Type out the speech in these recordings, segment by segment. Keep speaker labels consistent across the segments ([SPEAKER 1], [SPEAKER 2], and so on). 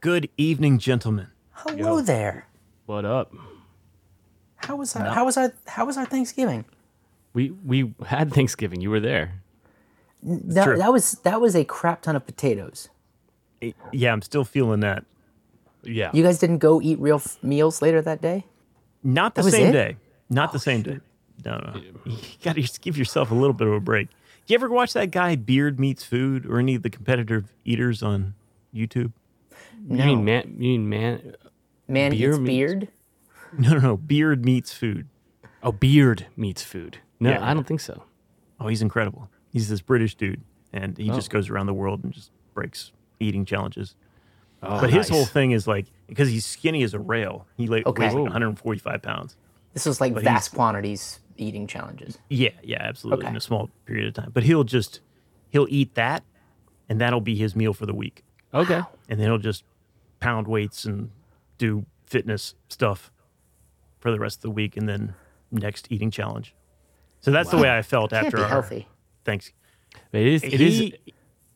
[SPEAKER 1] Good evening, gentlemen.
[SPEAKER 2] Hello
[SPEAKER 3] Yo.
[SPEAKER 2] there.
[SPEAKER 3] What up?
[SPEAKER 2] How was our, how was our how was our Thanksgiving?
[SPEAKER 3] We we had Thanksgiving. You were there.
[SPEAKER 2] That,
[SPEAKER 1] true.
[SPEAKER 2] that was that was a crap ton of potatoes.
[SPEAKER 1] Eh, Yeah, I'm still feeling that.
[SPEAKER 3] Yeah.
[SPEAKER 2] You guys didn't go eat real f- meals later that day.
[SPEAKER 1] Not the
[SPEAKER 2] was
[SPEAKER 1] same
[SPEAKER 2] it? Oh,
[SPEAKER 1] day. Not the same day. No, no. You got to just give yourself a little bit of a break. Do you ever watch that guy Beard Meets Food or any of the competitive eaters on YouTube?
[SPEAKER 3] you mean man? You mean man?
[SPEAKER 2] Man
[SPEAKER 3] Beer
[SPEAKER 2] eats
[SPEAKER 3] meat.
[SPEAKER 2] beard.
[SPEAKER 1] No, no, no. Beard Meets Food.
[SPEAKER 3] Oh, beard meets food. No,
[SPEAKER 1] Yeah.
[SPEAKER 3] I don't think so.
[SPEAKER 1] Oh, he's incredible. He's this British dude, and he
[SPEAKER 2] Oh.
[SPEAKER 1] just goes around the world and just breaks eating challenges.
[SPEAKER 3] Oh,
[SPEAKER 1] but his
[SPEAKER 3] nice.
[SPEAKER 1] whole thing is like because he's skinny as a rail. He like
[SPEAKER 2] Okay.
[SPEAKER 1] weighs like
[SPEAKER 2] Whoa.
[SPEAKER 1] 145 pounds.
[SPEAKER 2] This was like
[SPEAKER 1] he's-
[SPEAKER 2] vast quantities eating challenges.
[SPEAKER 1] Yeah, yeah, absolutely.
[SPEAKER 2] Okay.
[SPEAKER 1] In a small period of time, but he'll just he'll eat that, and that'll be his meal for the week.
[SPEAKER 3] Okay.
[SPEAKER 1] and then he'll just pound weights and do fitness stuff for the rest of the week and then next eating challenge. So that's the way I felt
[SPEAKER 2] Can't
[SPEAKER 1] after
[SPEAKER 2] be
[SPEAKER 1] our
[SPEAKER 2] healthy.
[SPEAKER 1] thanks.
[SPEAKER 3] It is. It is.
[SPEAKER 1] he,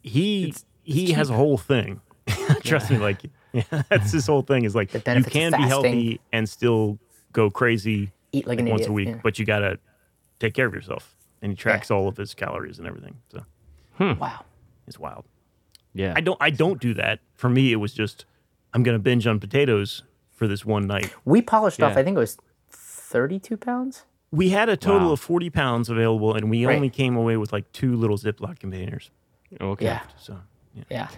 [SPEAKER 1] he he has a whole thing. Trust me, like yeah, that's his whole thing is like you
[SPEAKER 2] benefits of
[SPEAKER 1] can be healthy
[SPEAKER 2] fasting.
[SPEAKER 1] and still go crazy
[SPEAKER 2] Eat like an
[SPEAKER 1] once
[SPEAKER 2] idiot,
[SPEAKER 1] a week,
[SPEAKER 2] yeah.
[SPEAKER 1] but you gotta take care of yourself. And he tracks all of his calories and everything. So
[SPEAKER 3] Hmm.
[SPEAKER 2] Wow.
[SPEAKER 1] it's wild.
[SPEAKER 3] Yeah.
[SPEAKER 1] I don't I don't do that. For me, it was just I'm gonna binge on potatoes for this one night.
[SPEAKER 2] We polished off.
[SPEAKER 3] Yeah.
[SPEAKER 2] I think it was thirty-two pounds.
[SPEAKER 1] We had a total
[SPEAKER 3] Wow.
[SPEAKER 1] of 40 pounds available, and we
[SPEAKER 2] Right.
[SPEAKER 1] only came away with like two little Ziploc containers.
[SPEAKER 3] Okay.
[SPEAKER 2] Yeah.
[SPEAKER 1] So yeah.
[SPEAKER 2] Yeah.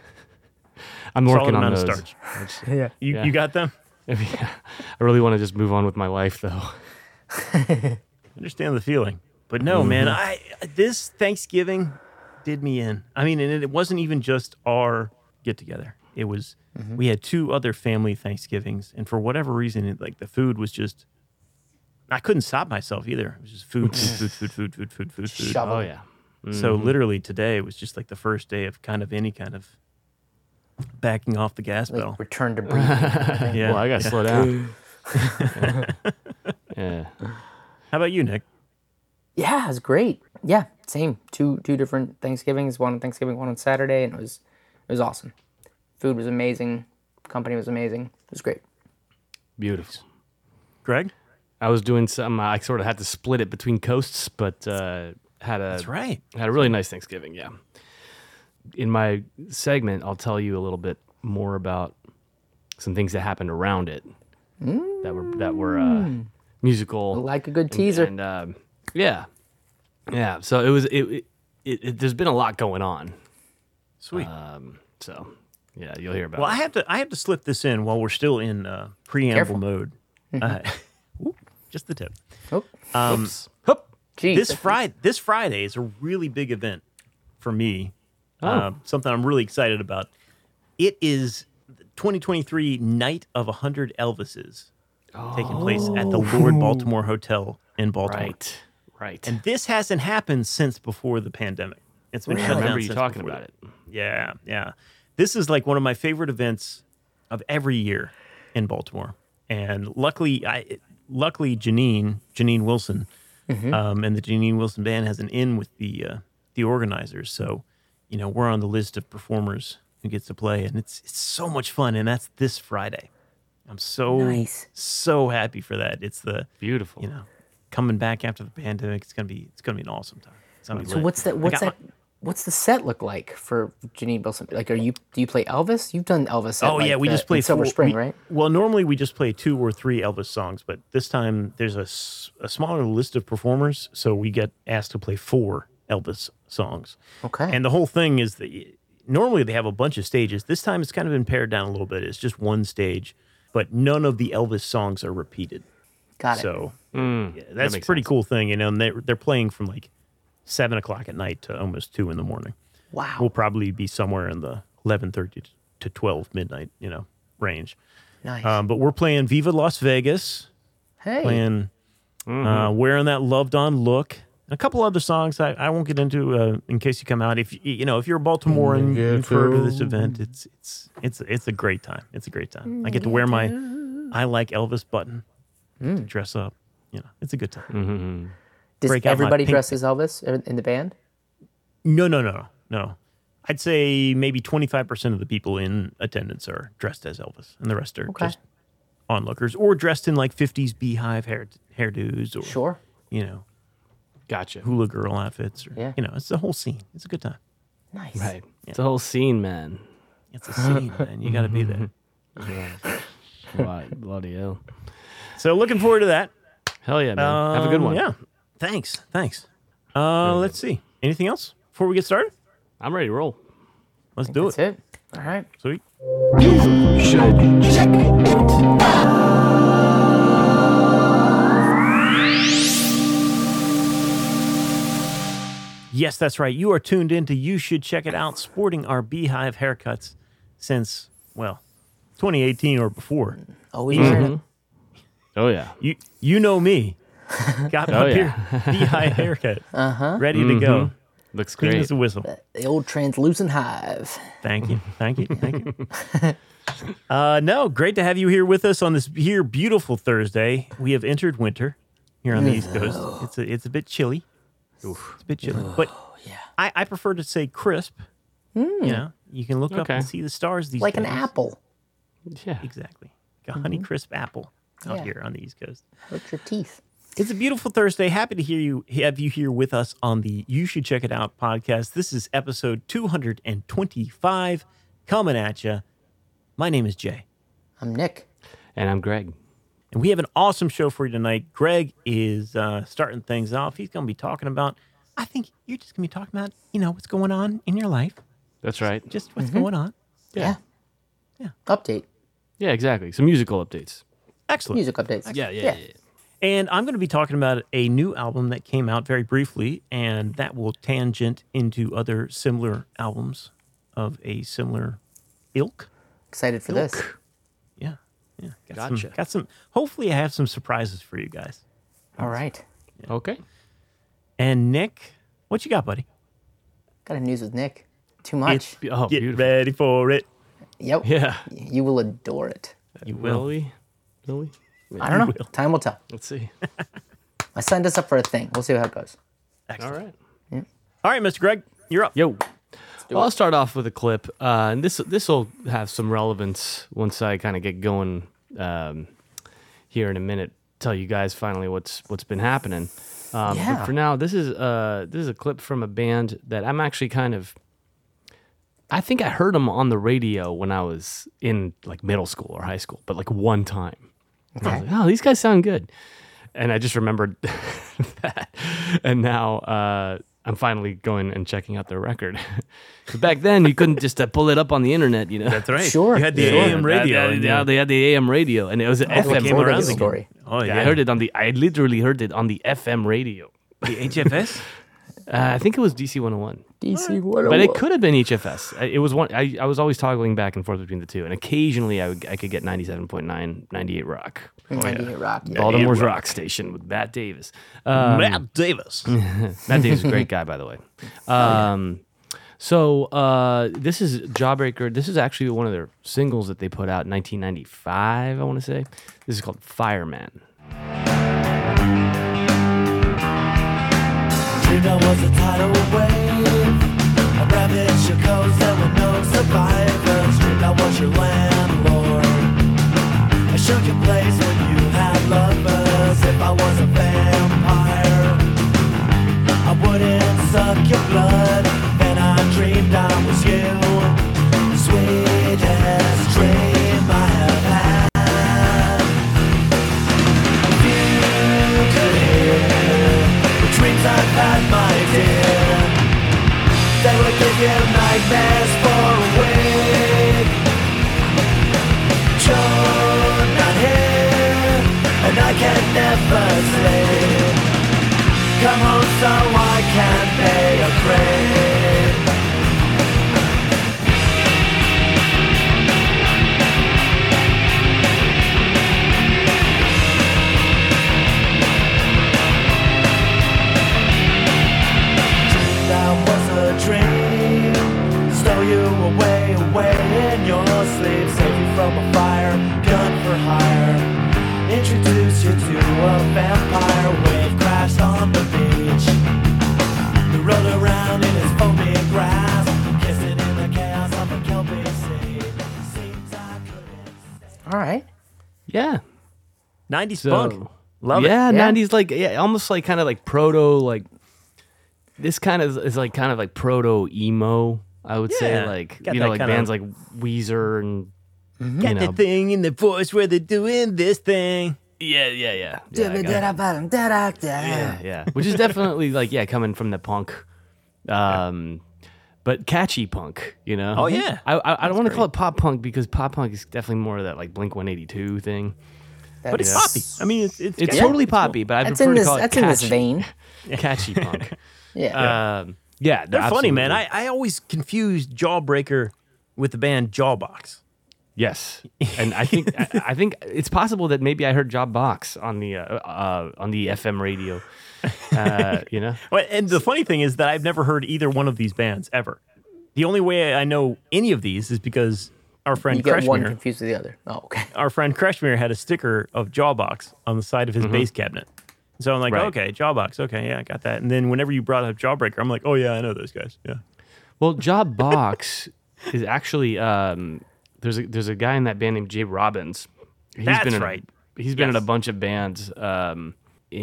[SPEAKER 3] I'm
[SPEAKER 1] solid
[SPEAKER 3] working on
[SPEAKER 1] amount of
[SPEAKER 3] those.
[SPEAKER 1] starch.
[SPEAKER 2] Yeah.
[SPEAKER 1] You,
[SPEAKER 3] Yeah.
[SPEAKER 1] you got them?
[SPEAKER 3] Yeah. I really want to just move on with my life, though.
[SPEAKER 1] Understand the feeling, but no, man. I this Thanksgiving did me in. I mean, and it wasn't even just our get together. It was we had two other family Thanksgivings, and for whatever reason, it, like the food was just. I couldn't stop myself either. It was just food, food, food, food, food, food, food, food.
[SPEAKER 2] Shovel.
[SPEAKER 3] Oh yeah.
[SPEAKER 1] So literally today was just like the first day of kind of any kind of backing off the gas
[SPEAKER 2] Like
[SPEAKER 1] pedal.
[SPEAKER 2] return to breathing.
[SPEAKER 1] Yeah.
[SPEAKER 3] Well, I gotta slow down. yeah.
[SPEAKER 1] How about you, Nick?
[SPEAKER 2] yeah, it was great. Yeah, same. Two two different Thanksgivings. One on Thanksgiving, one on Saturday, and it was it was awesome. Food was amazing. Company was amazing. It was great.
[SPEAKER 3] Beautiful.
[SPEAKER 1] Greg?
[SPEAKER 3] I was doing some. I sort of had to split it between coasts, but uh, had a
[SPEAKER 1] That's right.
[SPEAKER 3] had a really nice Thanksgiving. Yeah. In my segment, I'll tell you a little bit more about some things that happened around it that were that were uh,
[SPEAKER 1] Mm.
[SPEAKER 3] musical.
[SPEAKER 2] Like a good teaser.
[SPEAKER 3] And um, yeah, yeah. So it was. It, it, it, it there's been a lot going on.
[SPEAKER 1] Sweet.
[SPEAKER 3] So yeah, you'll hear about.
[SPEAKER 1] well, I
[SPEAKER 3] it.
[SPEAKER 1] have to I have to slip this in while we're still in uh, preamble
[SPEAKER 2] Careful.
[SPEAKER 1] mode. Uh,
[SPEAKER 3] Mm-hmm.
[SPEAKER 1] whoop, just the tip.
[SPEAKER 2] oh,
[SPEAKER 1] Um,
[SPEAKER 3] Oops. Hup.
[SPEAKER 2] geez.
[SPEAKER 1] this Friday this Friday is a really big event for me.
[SPEAKER 3] Oh.
[SPEAKER 1] Uh, something I'm really excited about. It is 2023 Night of 100 Elvises taking place at the Lord Baltimore Hotel in Baltimore.
[SPEAKER 3] Oh. Right. Right.
[SPEAKER 1] And this hasn't happened since before the pandemic. It's been
[SPEAKER 3] I
[SPEAKER 1] shut down.
[SPEAKER 3] remember you
[SPEAKER 1] since
[SPEAKER 3] talking
[SPEAKER 1] before
[SPEAKER 3] about
[SPEAKER 1] the-
[SPEAKER 3] it.
[SPEAKER 1] Yeah, yeah. This is like one of my favorite events of every year in Baltimore. And luckily, I luckily Janine Janine Wilson,
[SPEAKER 2] Mm-hmm.
[SPEAKER 1] um, and the Janine Wilson band has an in with the uh, the organizers. So, you know, we're on the list of performers who gets to play, and it's it's so much fun. And that's this Friday. I'm so
[SPEAKER 2] Nice.
[SPEAKER 1] so happy for that. It's the
[SPEAKER 3] Beautiful.
[SPEAKER 1] you know, coming back after the pandemic, it's gonna be it's gonna be an awesome time. It's gonna be
[SPEAKER 2] so
[SPEAKER 1] lit.
[SPEAKER 2] what's that?
[SPEAKER 1] I
[SPEAKER 2] What's
[SPEAKER 1] got
[SPEAKER 2] that? What's the set look like for Janine Wilson? Like, are you do you play Elvis? You've done Elvis. At
[SPEAKER 1] my- oh
[SPEAKER 2] like
[SPEAKER 1] yeah, we
[SPEAKER 2] the-
[SPEAKER 1] just play
[SPEAKER 2] in Silver
[SPEAKER 1] four-
[SPEAKER 2] Spring,
[SPEAKER 1] we-
[SPEAKER 2] right?
[SPEAKER 1] Well, normally we just play two or three Elvis songs, but this time there's a, s- a smaller list of performers, so we get asked to play four Elvis songs.
[SPEAKER 2] Okay.
[SPEAKER 1] And the whole thing is that y- normally they have a bunch of stages. This time it's kind of been pared down a little bit. It's just one stage, but none of the Elvis songs are repeated.
[SPEAKER 2] Got it.
[SPEAKER 1] So yeah, that's a
[SPEAKER 3] Hmm. makes
[SPEAKER 1] pretty
[SPEAKER 3] sense.
[SPEAKER 1] cool thing, you know. And they're they're playing from like seven o'clock at night to almost two in the morning.
[SPEAKER 2] wow.
[SPEAKER 1] We'll probably be somewhere in the eleven thirty to twelve midnight, you know, range.
[SPEAKER 2] nice.
[SPEAKER 1] Um, but we're playing Viva Las Vegas,
[SPEAKER 2] hey.
[SPEAKER 1] playing uh, wearing that loved on look. And a couple other songs I, I won't get into uh, in case you come out. If you, you know if you're a Baltimorean, you've heard of this event. It's it's it's it's a great time. It's a great time. I get to wear my I like Elvis button to dress up. You know, it's a good time.
[SPEAKER 2] Does
[SPEAKER 1] break out my
[SPEAKER 2] everybody
[SPEAKER 1] pink-
[SPEAKER 2] dress as Elvis in- in the band?
[SPEAKER 1] No, no, no, no. I'd say maybe 25% of the people in attendance are dressed as Elvis, and the rest are
[SPEAKER 2] Okay.
[SPEAKER 1] just onlookers or dressed in like 50s beehive hair, hairdos or,
[SPEAKER 2] Sure.
[SPEAKER 1] you know,
[SPEAKER 3] Gotcha.
[SPEAKER 1] hula girl outfits. Or,
[SPEAKER 2] Yeah.
[SPEAKER 1] You know, it's the whole scene. It's a good time.
[SPEAKER 2] Nice.
[SPEAKER 3] Right. It's a whole scene, man.
[SPEAKER 1] It's a scene, man. You got to be there.
[SPEAKER 3] Bloody- Bloody hell.
[SPEAKER 1] So looking forward to that.
[SPEAKER 3] Hell yeah, man. Have a good
[SPEAKER 1] Um,
[SPEAKER 3] one.
[SPEAKER 1] Yeah. Thanks. Thanks. Uh, let's see. Anything else before we get started?
[SPEAKER 3] I'm ready to roll.
[SPEAKER 1] Let's do
[SPEAKER 2] That's
[SPEAKER 1] it.
[SPEAKER 2] it. All right.
[SPEAKER 1] Sweet. Yes, that's right. You are tuned in to You Should Check It Out, sporting our beehive haircuts since, well, 2018 or before.
[SPEAKER 2] Always
[SPEAKER 1] Mm-hmm.
[SPEAKER 2] wearing it.
[SPEAKER 3] Oh yeah.
[SPEAKER 1] You you know me. Got my
[SPEAKER 3] Oh,
[SPEAKER 1] beer, beehive haircut. Uh-huh. Ready to go.
[SPEAKER 3] Looks
[SPEAKER 1] Clean
[SPEAKER 3] Mm-hmm. great.
[SPEAKER 1] as a whistle.
[SPEAKER 2] the old translucent hive.
[SPEAKER 1] Thank you. Thank you. Thank you. uh, no, great to have you here with us on this here beautiful Thursday. We have entered winter here on the East Coast. It's a, it's a bit chilly. It's a bit chilly, but
[SPEAKER 2] Oh,
[SPEAKER 1] I, I prefer to say crisp. You know, you can look up
[SPEAKER 3] Okay.
[SPEAKER 1] and see the stars these
[SPEAKER 2] Hmm. Like an
[SPEAKER 1] days.
[SPEAKER 2] apple. Mm-hmm.
[SPEAKER 3] yeah.
[SPEAKER 1] Exactly. Like a honey crisp apple out
[SPEAKER 2] Yeah.
[SPEAKER 1] here on the East Coast.
[SPEAKER 2] Hurt your teeth.
[SPEAKER 1] It's a beautiful Thursday. Happy to hear you have you here with us on the You Should Check It Out podcast. This is episode 225 coming at you. My name is Jay,
[SPEAKER 2] I'm Nick.
[SPEAKER 3] And I'm Greg.
[SPEAKER 1] and we have an awesome show for you tonight. Greg is uh, starting things off. He's going to be talking about I think you're just going to be talking about, you know, what's going on in your life,
[SPEAKER 3] That's right.
[SPEAKER 1] just what's going on.
[SPEAKER 2] Yeah.
[SPEAKER 1] Yeah.
[SPEAKER 2] Update.
[SPEAKER 3] Yeah, exactly. Some musical updates.
[SPEAKER 1] Excellent.
[SPEAKER 2] Music updates.
[SPEAKER 1] And I'm going to be talking about a new album that came out very briefly, and that will tangent into other similar albums of a similar ilk.
[SPEAKER 2] Excited for this.
[SPEAKER 1] Yeah. Yeah. Got Some,
[SPEAKER 3] Gotcha.
[SPEAKER 1] got some, hopefully, I have some surprises for you guys.
[SPEAKER 2] All right.
[SPEAKER 3] Okay.
[SPEAKER 1] And Nick, what you got, buddy?
[SPEAKER 2] Got a news with Nick. Too much.
[SPEAKER 3] Be- Oh,
[SPEAKER 1] Get
[SPEAKER 3] beautiful.
[SPEAKER 1] ready for it.
[SPEAKER 2] Yep.
[SPEAKER 3] Yeah.
[SPEAKER 2] You will adore it.
[SPEAKER 1] You
[SPEAKER 3] Will
[SPEAKER 1] will.
[SPEAKER 3] we? Will we?
[SPEAKER 2] I don't know. Time will tell.
[SPEAKER 3] Let's see.
[SPEAKER 2] I signed us up for a thing. We'll see how it goes.
[SPEAKER 3] All right.
[SPEAKER 1] All right, Mr. Greg, you're up.
[SPEAKER 3] Yo. Well, I'll start off with a clip, uh, and this this will have some relevance once I kind of get going um, here in a minute. Tell you guys finally what's what's been happening. Um,
[SPEAKER 2] Yeah.
[SPEAKER 3] But for now, this is uh, this is a clip from a band that I'm actually kind of. I think I heard them on the radio when I was in like middle school or high school, but like one time. And I was like, oh, these guys sound good. And I just remembered that. And now uh, I'm finally going and checking out their record. 'Cause back then, you couldn't just uh, pull it up on the internet, you know?
[SPEAKER 1] That's right.
[SPEAKER 2] Sure.
[SPEAKER 1] You had the
[SPEAKER 2] Sure.
[SPEAKER 1] AM radio.
[SPEAKER 3] Yeah,
[SPEAKER 1] and
[SPEAKER 3] yeah,
[SPEAKER 1] you-
[SPEAKER 3] they had the AM radio, and it was an
[SPEAKER 2] Definitely
[SPEAKER 1] Oh,
[SPEAKER 3] FM
[SPEAKER 1] came
[SPEAKER 3] radio.
[SPEAKER 1] around
[SPEAKER 2] This
[SPEAKER 1] again.
[SPEAKER 2] story.
[SPEAKER 1] Oh,
[SPEAKER 3] Yeah,
[SPEAKER 1] yeah.
[SPEAKER 3] I heard it on the. I literally heard it on the FM radio.
[SPEAKER 1] The HFS?
[SPEAKER 3] Uh, I think it was DC 101,
[SPEAKER 2] DC 101.
[SPEAKER 3] but it could have been HFS. I- It was one. I, I was always toggling back and forth between the two, and occasionally I, would, I could get 97.9, 98 Rock,
[SPEAKER 2] rock. Yeah.
[SPEAKER 3] Baltimore's rock. station with Matt Davis. Um,
[SPEAKER 1] Matt Davis.
[SPEAKER 3] Matt Davis is a great guy, by the way.
[SPEAKER 1] Oh,
[SPEAKER 3] Um, So uh, this is Jawbreaker. This is actually one of their singles that they put out in 1995. I want to say this is called Fireman.
[SPEAKER 4] Juno was a tidal wave. A ravage your coast, there were no survivors. Juno was your landlord. I shook your place when you had lovers. If I was a vampire, I wouldn't suck your blood. Then I dreamed I was you. The sweetest dream I have had. You could hear the dreams I've had, my dear. They would give you nightmares for a week. You're not here, and I can never sleep. Come home so I can be afraid. That was a dream. Stole you away, away in your sleep. Saved you from a fire, gun for hire. Introduced you to a vampire wave crashed on the beach. He rolled around in his foaming grass, kissing.
[SPEAKER 2] All right.
[SPEAKER 3] Yeah.
[SPEAKER 1] 90s
[SPEAKER 3] So
[SPEAKER 1] funk. Love it.
[SPEAKER 3] yeah,
[SPEAKER 2] Yeah.
[SPEAKER 3] 90s like yeah, almost like kind of like proto like this kind of is like kind of like proto emo, I would
[SPEAKER 1] Yeah,
[SPEAKER 3] say like
[SPEAKER 1] got
[SPEAKER 3] you know
[SPEAKER 1] that
[SPEAKER 3] like
[SPEAKER 1] kinda- Mm-hmm.
[SPEAKER 3] bands like Weezer and you
[SPEAKER 1] Got
[SPEAKER 3] know,
[SPEAKER 1] the thing in the voice where they're doing this thing.
[SPEAKER 3] yeah, yeah, yeah. Yeah, I got it.
[SPEAKER 2] Yeah.
[SPEAKER 3] yeah, yeah. Which is definitely like yeah, coming from the punk um but catchy punk, you know.
[SPEAKER 1] Oh, yeah.
[SPEAKER 3] I I, I don't want to call it pop punk because pop punk is definitely more of that like Blink-182 thing.
[SPEAKER 1] But it's poppy. I mean, it's it's,
[SPEAKER 3] It's
[SPEAKER 1] got-
[SPEAKER 3] totally poppy, but I
[SPEAKER 2] That's
[SPEAKER 3] prefer
[SPEAKER 2] in
[SPEAKER 3] to
[SPEAKER 2] this.
[SPEAKER 3] call it
[SPEAKER 2] That's in this
[SPEAKER 3] catchy-
[SPEAKER 2] vein.
[SPEAKER 3] catchy punk.
[SPEAKER 2] Yeah.
[SPEAKER 3] Um, yeah,
[SPEAKER 1] They're funny, man. I, I always confuse Jawbreaker with the band Jawbox.
[SPEAKER 3] yes, and I think I, I think it's possible that maybe I heard Job Box on the uh, uh, on the FM radio. Uh, you know,
[SPEAKER 1] Well, And the funny thing is that I've never heard either one of these bands ever. The only way I know any of these is because our friend
[SPEAKER 2] you get one
[SPEAKER 1] Kreshmir,
[SPEAKER 2] confused with the other. Oh, okay.
[SPEAKER 1] our friend Kreshmir had a sticker of Jawbox on the side of his bass cabinet. So I'm like,
[SPEAKER 3] Right.
[SPEAKER 1] okay, Jawbox, okay, yeah, I got that. And then whenever you brought up Jawbreaker, I'm like, oh yeah, I know those guys. Yeah,
[SPEAKER 3] well, Job Box is actually um, there's a there's a guy in that band named Jay Robbins. He's
[SPEAKER 1] That's
[SPEAKER 3] been in,
[SPEAKER 1] right.
[SPEAKER 3] He's been in
[SPEAKER 1] Yes.
[SPEAKER 3] a bunch of bands, um,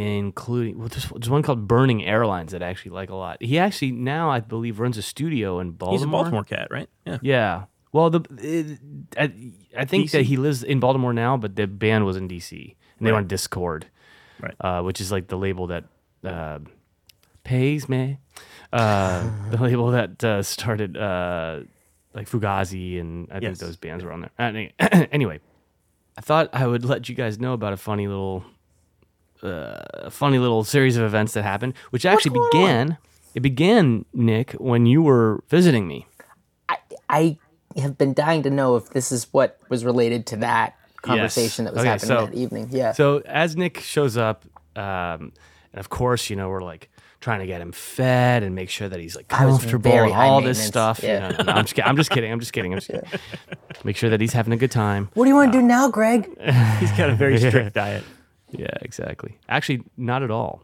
[SPEAKER 3] including well, there's, there's one called Burning Airlines that I actually like a lot. He actually now I believe runs a studio in Baltimore.
[SPEAKER 1] he's a Baltimore cat, right? Yeah,
[SPEAKER 3] Yeah. Well, the it, I, I think that
[SPEAKER 1] DC?
[SPEAKER 3] he lives in Baltimore now, but the band was in DC, and they were
[SPEAKER 1] Right.
[SPEAKER 3] on Discord,
[SPEAKER 1] Right.
[SPEAKER 3] Uh, which is like the label that uh, pays me, uh, the label that uh, started uh, like Fugazi, and I think
[SPEAKER 1] Yes.
[SPEAKER 3] those bands were on there. Uh, any- anyway, I thought I would let you guys know about a funny little, uh, funny little series of events that happened, which actually began. It began, Nick, when you were visiting me.
[SPEAKER 2] I, I have been dying to know if this is what was related to that conversation that was
[SPEAKER 3] Okay,
[SPEAKER 2] happening
[SPEAKER 3] so-
[SPEAKER 2] that evening. Yeah.
[SPEAKER 3] So as Nick shows up, um, and of course, you know, we're like trying to get him fed and make sure that he's like
[SPEAKER 2] was
[SPEAKER 3] comfortable
[SPEAKER 2] very
[SPEAKER 3] and
[SPEAKER 2] high
[SPEAKER 3] all this
[SPEAKER 2] maintenance,
[SPEAKER 3] stuff. you
[SPEAKER 2] yeah.
[SPEAKER 3] know. No, I'm, just, kid- I'm just kidding. I'm just kidding. I'm just kidding. Make sure that he's having a good time.
[SPEAKER 2] what do you want to do
[SPEAKER 3] Uh,
[SPEAKER 2] now, Greg?
[SPEAKER 1] he's got a very strict diet.
[SPEAKER 3] Yeah, exactly. Actually, not at all.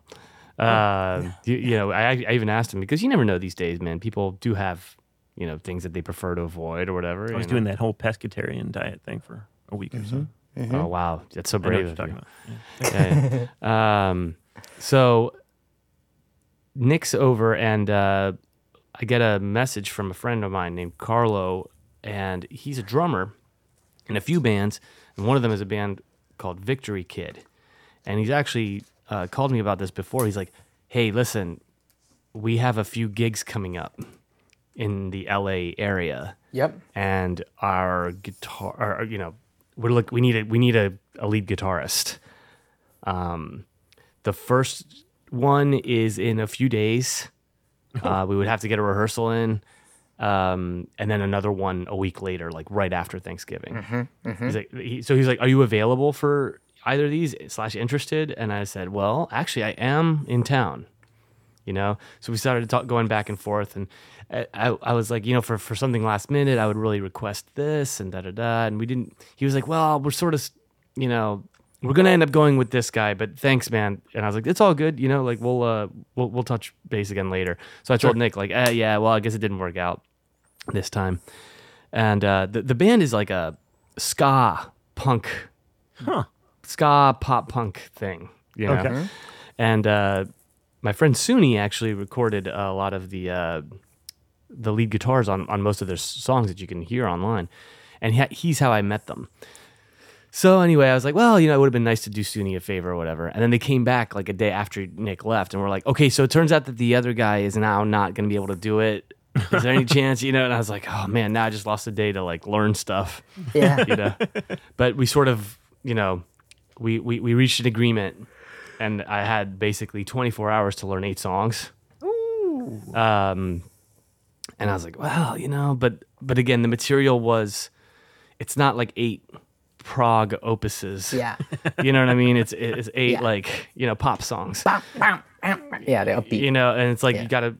[SPEAKER 2] Oh,
[SPEAKER 3] Uh, you, you know, I, I even asked him because you never know these days, man. People do have, you know, things that they prefer to avoid or whatever.
[SPEAKER 1] I was doing that whole pescatarian diet thing for a week or so.
[SPEAKER 2] Mm-hmm.
[SPEAKER 3] Oh wow, that's so
[SPEAKER 1] I know what
[SPEAKER 3] brave
[SPEAKER 1] you're
[SPEAKER 3] of you.
[SPEAKER 1] talking about.
[SPEAKER 3] Yeah, yeah. um, so Nick's over, and uh, I get a message from a friend of mine named Carlo, and he's a drummer in a few bands, and one of them is a band called Victory Kid, and he's actually uh, called me about this before. He's like, "Hey, listen, we have a few gigs coming up in the LA area."
[SPEAKER 2] Yep.
[SPEAKER 3] and our guitar, or, you know, we're look, we need a we need a, a lead guitarist. Um, the first one is in a few days. Uh, we would have to get a rehearsal in, um, and then another one a week later, like right after Thanksgiving. He's like, he, so he's like, "Are you available for either of these slash interested?" And I said, "Well, actually, I am in town." you know so we started talk, going back and forth and I, I, I was like you know for, for something last minute i would really request this and da da da and we didn't he was like well we're sort of s- you know we're gonna end up going with this guy but thanks man and i was like it's all good you know like we'll uh we'll, we'll touch base again later so i told nick like eh, yeah well i guess it didn't work out this time and uh the, the band is like a ska punk ska pop punk thing you know?
[SPEAKER 1] Okay.
[SPEAKER 3] and uh, my friend Suni actually recorded a lot of the uh, the lead guitars on on most of their s- songs that you can hear online, and he, he's how I met them. So anyway, I was like, well, you know, it would have been nice to do Suni a favor or whatever. And then they came back like a day after Nick left, and we're like, okay, so it turns out that the other guy is now not going to be able to do it. Is there any chance, you know? And I was like, oh man, now I just lost a day to like learn stuff
[SPEAKER 2] Yeah.
[SPEAKER 3] you know. but we sort of, you know, we, we we reached an agreement, and I had basically 24 hours to learn eight songs. Um, and I was like, well, you know, but but again, the material was, it's not like eight prog opuses.
[SPEAKER 2] yeah.
[SPEAKER 3] you know what I mean. It's it's eight
[SPEAKER 2] Yeah.
[SPEAKER 3] like you know pop songs.
[SPEAKER 2] Bam, bam, bam, bam. yeah. The upbeat.
[SPEAKER 3] You know, and it's like you gotta.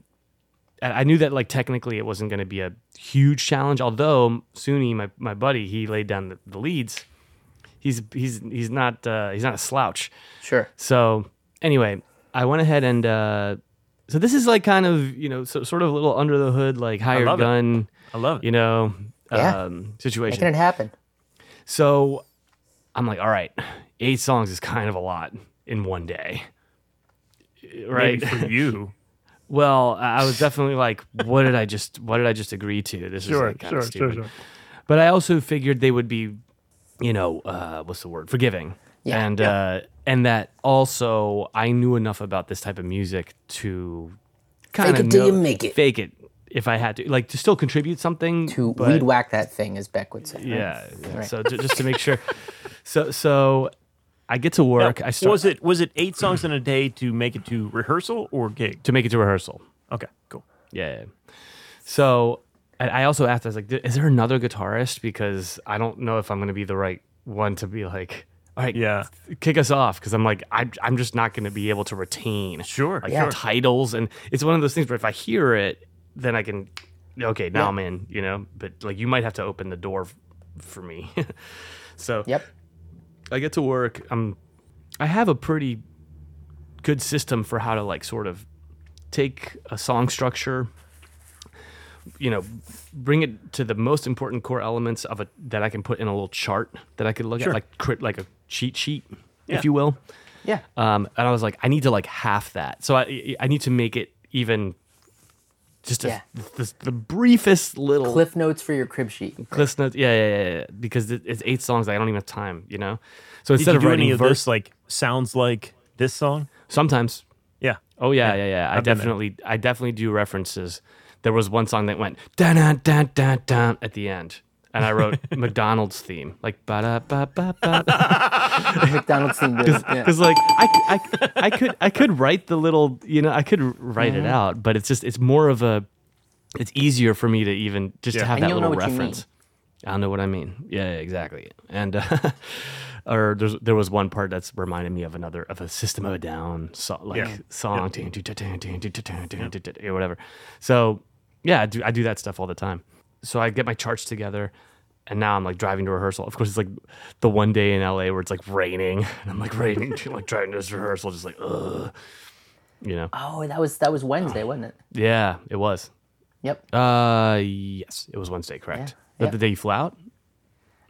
[SPEAKER 3] and I knew that like technically it wasn't going to be a huge challenge. Although Suni, my, my buddy, he laid down the, the leads. He's he's he's not uh, he's not a slouch.
[SPEAKER 2] Sure.
[SPEAKER 3] So anyway, I went ahead and uh, so this is like kind of you know so, sort of a little under the hood like hired
[SPEAKER 1] love it.
[SPEAKER 3] gun
[SPEAKER 1] I love it.
[SPEAKER 3] you know
[SPEAKER 2] Yeah.
[SPEAKER 3] um, situation.
[SPEAKER 2] Making it happen.
[SPEAKER 3] So I'm like, all right, eight songs is kind of a lot in one day, right?
[SPEAKER 1] Maybe for you.
[SPEAKER 3] Well, I I was definitely like, what did I just what did I just agree to? This is like kind of stupid. But I also figured they would be, you know, uh, what's the word? Forgiving.
[SPEAKER 2] Yeah,
[SPEAKER 3] and Uh, and that also I knew enough about this type of music to kind
[SPEAKER 2] Fake
[SPEAKER 3] of
[SPEAKER 2] it till you make it.
[SPEAKER 3] Fake it if I had to, like to still contribute something
[SPEAKER 2] To
[SPEAKER 3] but-
[SPEAKER 2] weed whack that thing, as Beck would say. right?
[SPEAKER 3] Yeah. yeah.
[SPEAKER 2] Right.
[SPEAKER 3] So ju- just to make sure. So so I get to work. I start
[SPEAKER 1] was it was it eight songs in a day to make it to rehearsal or gig?
[SPEAKER 3] to make it to rehearsal.
[SPEAKER 1] Okay, cool.
[SPEAKER 3] Yeah. So and I also asked, I was like, is there another guitarist? Because I don't know if I'm going to be the right one to be like, all right,
[SPEAKER 1] Yeah.
[SPEAKER 3] kick us off. Because I'm like, I'm, I'm just not going to be able to retain
[SPEAKER 1] Sure,
[SPEAKER 3] like,
[SPEAKER 1] sure.
[SPEAKER 3] titles. And it's one of those things where if I hear it, then I can, okay, now I'm in, you know? But like, you might have to open the door f- for me. so
[SPEAKER 2] Yep.
[SPEAKER 3] I get to work. I'm I have a pretty good system for how to like sort of take a song structure, you know, bring it to the most important core elements of it that I can put in a little chart that I could look at, like cri- like a cheat sheet,
[SPEAKER 1] Yeah.
[SPEAKER 3] if you will.
[SPEAKER 2] Yeah.
[SPEAKER 3] Um, and I was like, I need to like half that. So I I need to make it even just a,
[SPEAKER 2] Yeah.
[SPEAKER 3] the, the briefest little
[SPEAKER 2] Cliff notes for your crib sheet.
[SPEAKER 3] Cliff notes. Yeah, yeah, yeah, yeah. Because it, it's eight songs. I don't even have time, you know. So
[SPEAKER 1] Did
[SPEAKER 3] instead
[SPEAKER 1] you
[SPEAKER 3] of
[SPEAKER 1] do
[SPEAKER 3] writing
[SPEAKER 1] any of
[SPEAKER 3] verse,
[SPEAKER 1] this like sounds like this song?
[SPEAKER 3] sometimes.
[SPEAKER 1] Yeah.
[SPEAKER 3] Oh yeah, yeah, yeah. I
[SPEAKER 1] I've done that.
[SPEAKER 3] definitely, I definitely do references. There was one song that went da da da da da at the end, and I wrote McDonald's theme, like ba da ba ba ba.
[SPEAKER 2] McDonald's thing. does- Yeah.
[SPEAKER 3] Because like I, I, I could, I could write the little, you know, I could write it out, but it's just, it's more of a, it's easier for me to even just
[SPEAKER 1] Yeah.
[SPEAKER 3] have
[SPEAKER 2] And
[SPEAKER 3] that
[SPEAKER 2] you'll know
[SPEAKER 3] little
[SPEAKER 2] what you mean.
[SPEAKER 3] reference. I know what I mean. Yeah, yeah, exactly. And uh, or there's there was one part that's reminded me of another of a System of a Down so, like
[SPEAKER 1] Yeah.
[SPEAKER 3] song, dun, dun, dun, dun, dun, dun, dun, dun, dun, dun, or whatever. So yeah, I do I do that stuff all the time. So I get my charts together. And now I'm like driving to rehearsal. Of course, it's like the one day in LA where it's like raining, and I'm like raining, like driving to this rehearsal, just like ugh, you know.
[SPEAKER 2] Oh, that was that was Wednesday, wasn't it?
[SPEAKER 3] Yeah, it was.
[SPEAKER 2] Yep.
[SPEAKER 3] Uh, yes, it was Wednesday, correct?
[SPEAKER 2] Yeah,
[SPEAKER 3] The, the day you flew out?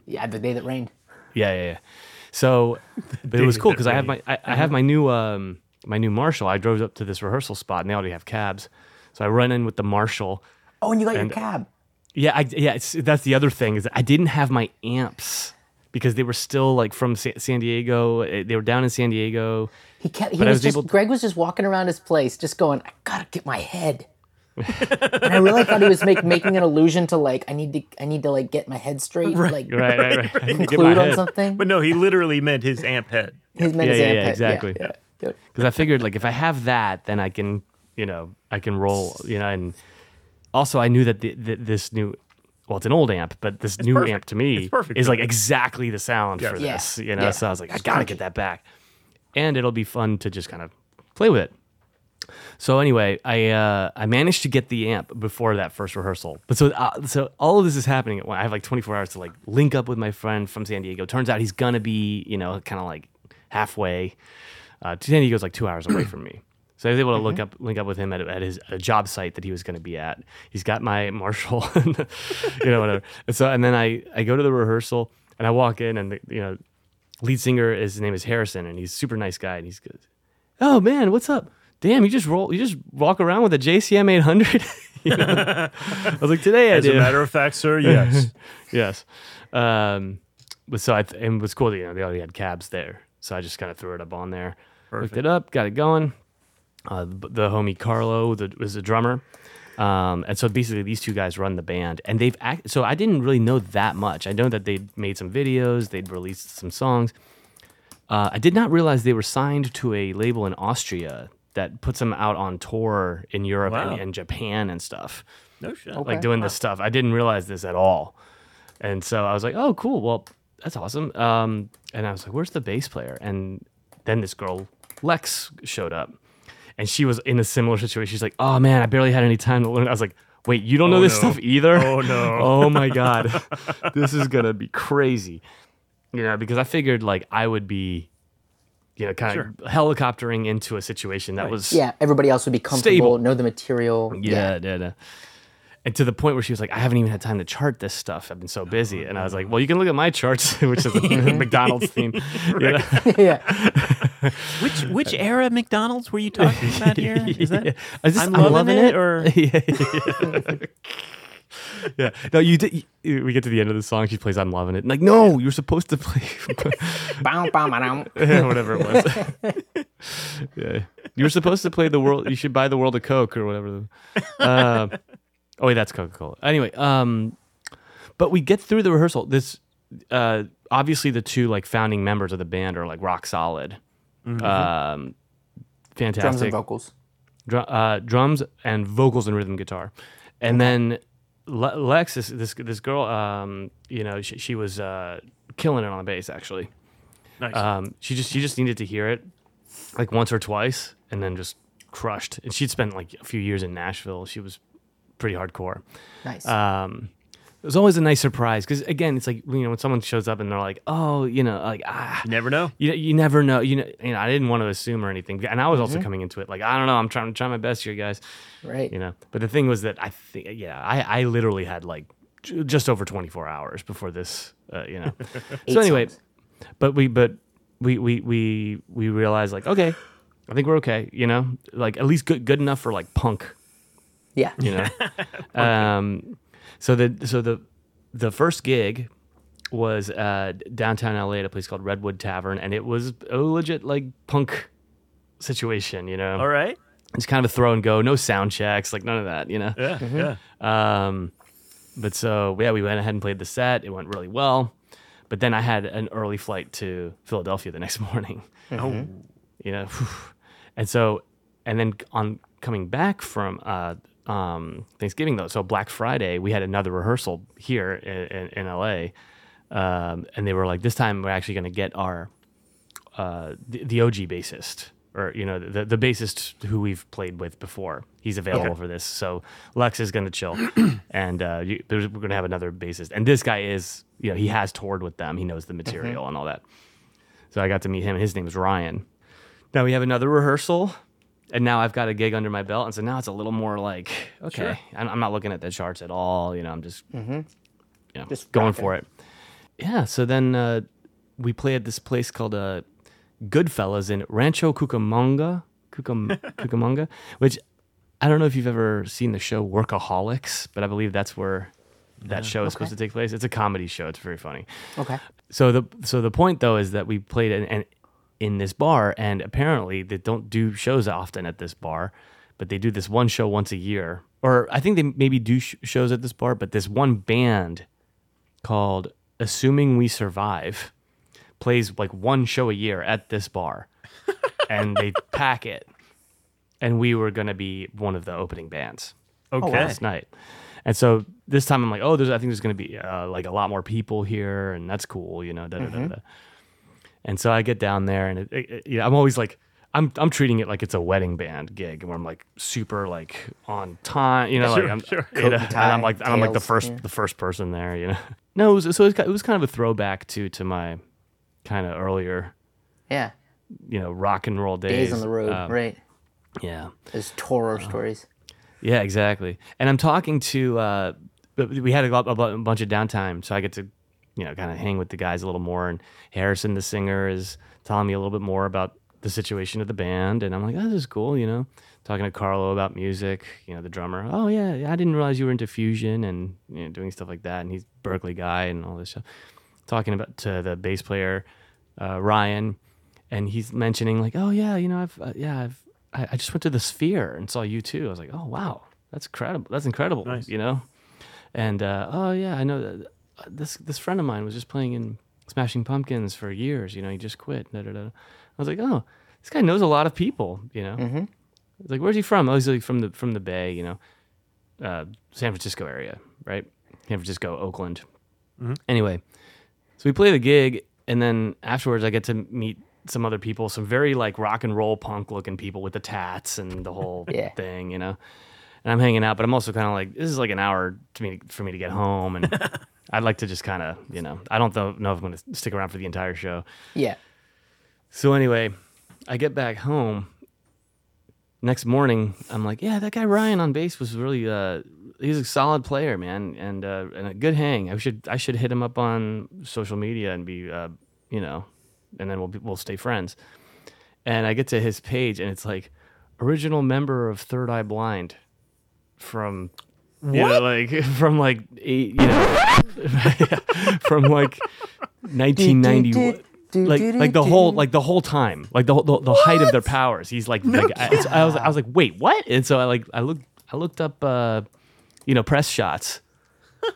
[SPEAKER 2] Yeah, the day that rained.
[SPEAKER 3] Yeah, yeah, yeah. So but it was
[SPEAKER 1] day
[SPEAKER 3] cool
[SPEAKER 1] that
[SPEAKER 3] because I have my
[SPEAKER 1] rained.
[SPEAKER 3] I, I
[SPEAKER 2] Mm-hmm.
[SPEAKER 3] have my new um my new marshal. I drove up to this rehearsal spot and they already have cabs, so I run in with the marshal.
[SPEAKER 2] Oh, and you got
[SPEAKER 3] And-
[SPEAKER 2] your cab.
[SPEAKER 3] Yeah, I, yeah. It's, that's the other thing is I didn't have my amps because they were still like from Sa- San Diego. Eh, They were down in San Diego.
[SPEAKER 2] He kept. He
[SPEAKER 3] But I
[SPEAKER 2] was,
[SPEAKER 3] was
[SPEAKER 2] just.
[SPEAKER 3] able to-
[SPEAKER 2] Greg was just walking around his place, just going, "I gotta get my head." and I really thought he was make, making an allusion to like, I need to, I need to like get my head straight, like
[SPEAKER 3] Right, right, right. I need to get my
[SPEAKER 2] conclude on
[SPEAKER 3] head.
[SPEAKER 2] something.
[SPEAKER 1] But no, he literally meant his amp head.
[SPEAKER 2] His men
[SPEAKER 3] Yeah,
[SPEAKER 2] is
[SPEAKER 3] yeah, yeah,
[SPEAKER 2] amp head.
[SPEAKER 3] exactly.
[SPEAKER 2] Yeah, yeah.
[SPEAKER 3] because I figured like if I have that, then I can you know I can roll you know and also I knew that the, the, this new well it's an old amp but this new
[SPEAKER 1] perfect.
[SPEAKER 3] amp to me
[SPEAKER 1] It's perfect
[SPEAKER 3] is
[SPEAKER 1] for
[SPEAKER 3] like
[SPEAKER 1] that.
[SPEAKER 3] exactly the sound for
[SPEAKER 2] Yeah.
[SPEAKER 3] this you know
[SPEAKER 2] Yeah.
[SPEAKER 3] so I was like I gotta get that back and it'll be fun to just kind of play with it. So anyway, I uh, I managed to get the amp before that first rehearsal. But so uh, so all of this is happening at once. I have like 24 hours to like link up with my friend from San Diego. Turns out he's gonna be you know kind of like halfway. Uh, San Diego's like two hours away from me. So I was able to
[SPEAKER 1] Mm-hmm.
[SPEAKER 3] look up, link up with him at, at his a job site that he was going to be at. He's got my marshal, and, you know, whatever. And so, and then I, I go to the rehearsal and I walk in and the, you know, lead singer, his name is Harrison, and he's a super nice guy. And he's good. Oh man, what's up? Damn, you just roll, you just walk around with a JCM 800. You know? I was like, today I
[SPEAKER 1] As
[SPEAKER 3] did.
[SPEAKER 1] a matter of fact, sir, yes.
[SPEAKER 3] yes. Um, but so I th- and what's cool, you know, they already had cabs there, so I just kind of threw it up on there, looked it up, got it going. Uh, the, the homie Carlo the, was a drummer, um, and so basically these two guys run the band, and they've act- so I didn't really know that much. I know that they made some videos, they'd released some songs. Uh, I did not realize they were signed to a label in Austria that puts them out on tour in Europe
[SPEAKER 1] Wow.
[SPEAKER 3] and, and Japan and stuff
[SPEAKER 1] no shit.
[SPEAKER 3] like doing this stuff. I didn't realize this at all. And so I was like, oh, cool. Well, that's awesome. Um, and I was like, where's the bass player? And then this girl, Lex, showed up. And she was in a similar situation. She's like, oh, man, I barely had any time to learn. I was like, wait, you don't know this
[SPEAKER 1] no.
[SPEAKER 3] stuff either?
[SPEAKER 1] Oh, no.
[SPEAKER 3] oh, my God. this is going to be crazy. You know, because I figured like I would be, you know, kind of helicoptering into a situation that was
[SPEAKER 2] Yeah, everybody else would be comfortable,
[SPEAKER 3] Stable.
[SPEAKER 2] know the material.
[SPEAKER 3] yeah, yeah, yeah. And to the point where she was like, I haven't even had time to chart this stuff. I've been so busy. And I was like, Well, you can look at my charts, which is the McDonald's theme. you know?
[SPEAKER 2] yeah.
[SPEAKER 1] Which which era of McDonald's were you talking about here? Is that
[SPEAKER 3] Is this
[SPEAKER 1] I'm loving, it, or
[SPEAKER 3] yeah, yeah. No, you did. You, we get to the end of the song. She plays "I'm Loving It." like, no, you're supposed to play
[SPEAKER 2] Bow, bow, bow, bow.
[SPEAKER 3] Yeah, whatever it was. yeah, you were supposed to play the world. You should buy the world a Coke or whatever. the- Uh, oh wait, that's Coca Cola. Anyway, um, but we get through the rehearsal. This uh, obviously the two like founding members of the band are like rock solid. Um, fantastic
[SPEAKER 2] Drums and vocals.
[SPEAKER 3] dru- uh, drums and vocals and rhythm guitar. And then Le- Lex, this this, this girl, um, you know, she, she was uh, killing it on the bass. Actually,
[SPEAKER 1] nice.
[SPEAKER 3] um, she just she just needed to hear it like once or twice, and then just crushed. And she'd spent like a few years in Nashville. She was pretty hardcore.
[SPEAKER 2] Nice.
[SPEAKER 3] Um, it was always a nice surprise because again, it's like you know when someone shows up and they're like, oh, you know, like ah,
[SPEAKER 1] You never know.
[SPEAKER 3] you, you never know. You know, you know, I didn't want to assume or anything, and I was
[SPEAKER 2] Mm-hmm.
[SPEAKER 3] also coming into it like I don't know. I'm trying to try my best here, guys.
[SPEAKER 2] right.
[SPEAKER 3] You know, but the thing was that I think, yeah, I I literally had like j- just over 24 hours before this, uh, you know.
[SPEAKER 2] Eight
[SPEAKER 3] so anyway,
[SPEAKER 2] songs.
[SPEAKER 3] but we but we we we we realized like okay, I think we're okay. You know, like at least good good enough for like punk
[SPEAKER 2] Yeah.
[SPEAKER 3] you know. um, so the so the the first gig was uh, downtown LA at a place called Redwood Tavern, and it was a legit like punk situation, you know.
[SPEAKER 1] All right.
[SPEAKER 3] It's kind of a throw and go, no sound checks, like none of that, you know.
[SPEAKER 1] Yeah. Yeah.
[SPEAKER 3] Um, but so yeah, we went ahead and played the set. It went really well. But then I had an early flight to Philadelphia the next morning
[SPEAKER 1] Oh,
[SPEAKER 3] you know and so and then on coming back from uh um thanksgiving though so black friday we had another rehearsal here in, in, in la um and they were like this time we're actually going to get our uh the, the og bassist or you know the the bassist who we've played with before he's available for this so lex is going to chill and uh you, there's, we're going to have another bassist and this guy is you know he has toured with them he knows
[SPEAKER 2] Mm-hmm.
[SPEAKER 3] the material and all that so i got to meet him his name's ryan now we have another rehearsal and now i've got a gig under my belt and so now it's a little more like okay I'm, I'm not looking at the charts at all you know i'm just you know,
[SPEAKER 2] Mm-hmm. Just
[SPEAKER 3] going
[SPEAKER 2] rocking.
[SPEAKER 3] for it yeah so then uh, we play at this place called uh, goodfellas in rancho cucamonga Cucam- cucamonga which i don't know if you've ever seen the show workaholics but i believe that's where that show is supposed to take place it's a comedy show it's very funny
[SPEAKER 2] Okay.
[SPEAKER 3] so the so the point though is that we played in, in, in this bar, and apparently they don't do shows often at this bar, but they do this one show once a year, or I think they maybe do sh- shows at this bar, but this one band called Assuming We Survive plays like one show a year at this bar, and they pack it, and we were gonna be one of the opening bands
[SPEAKER 1] okay.
[SPEAKER 3] last night. And so this time I'm like, oh, there's I think there's going to be uh, like a lot more people here, and that's cool, you know. Da, da, da, da. And so I get down there, and it, it, it- you know, I'm always like, I'm I'm treating it like it's a wedding band gig, where I'm like super like on time, you know,
[SPEAKER 1] Sure,
[SPEAKER 3] like I'm,
[SPEAKER 1] sure.
[SPEAKER 3] you
[SPEAKER 1] Coat
[SPEAKER 3] know,
[SPEAKER 1] and
[SPEAKER 3] and
[SPEAKER 2] tie,
[SPEAKER 3] I'm like and I'm like the
[SPEAKER 2] tails,
[SPEAKER 3] first
[SPEAKER 2] yeah.
[SPEAKER 3] the first person there, you know. No, it was, so it was, ki- it was kind of a throwback to to my kind of earlier,
[SPEAKER 2] Yeah.
[SPEAKER 3] you know, rock and roll days,
[SPEAKER 2] Days on the road.
[SPEAKER 3] Um,
[SPEAKER 2] right.
[SPEAKER 3] Yeah.
[SPEAKER 2] There's horror stories.
[SPEAKER 3] Yeah, exactly. And I'm talking to. Uh, but we had a, lot, a bu- a bunch of downtime, so I get to, you know, kind of hang with the guys a little more. And Harrison, the singer, is telling me a little bit more about the situation of the band, and I'm like, oh, this is cool, you know. Talking to Carlo about music, you know, the drummer. Oh yeah, yeah, I didn't realize you were into fusion and you know, doing stuff like that. And he's a Berkeley guy and all this stuff. Talking about to the bass player uh, Ryan, and he's mentioning like, oh yeah, you know, I've uh, yeah, I've I, I just went to the Sphere and saw you too. I was like, oh wow, that's incredible. That's incredible.
[SPEAKER 1] Nice.
[SPEAKER 3] You know, and uh, oh yeah, I know that uh, this this friend of mine was just playing in Smashing Pumpkins for years. You know, he just quit. Da, da, da. I was like, oh, this guy knows a lot of people. You know, It's like where's he from? Oh, he's like from the from the Bay. You know, uh, San Francisco area, right? San Francisco, Oakland. Anyway, so we play the gig, and then afterwards, I get to meet some other people, some very like rock and roll punk looking people with the tats and the whole
[SPEAKER 2] Yeah.
[SPEAKER 3] thing, you know. And I'm hanging out, but I'm also kind of like, this is like an hour to me for me to get home, and I'd like to just kind of, you know, I don't tho- know if I'm going to stick around for the entire show.
[SPEAKER 2] Yeah.
[SPEAKER 3] So anyway, I get back home, next morning, I'm like, yeah, that guy Ryan on bass was really uh he's a solid player, man, and uh and a good hang. I should I should hit him up on social media and be uh you know, and then we'll be, we'll stay friends. And I get to his page and it's like original member of Third Eye Blind from yeah, like from like eight, you know, from like 1991 like like the whole like the whole time like the whole- the, the height of their powers he's like, like I, so I was I was like wait what and so I like I looked I looked up uh you know press shots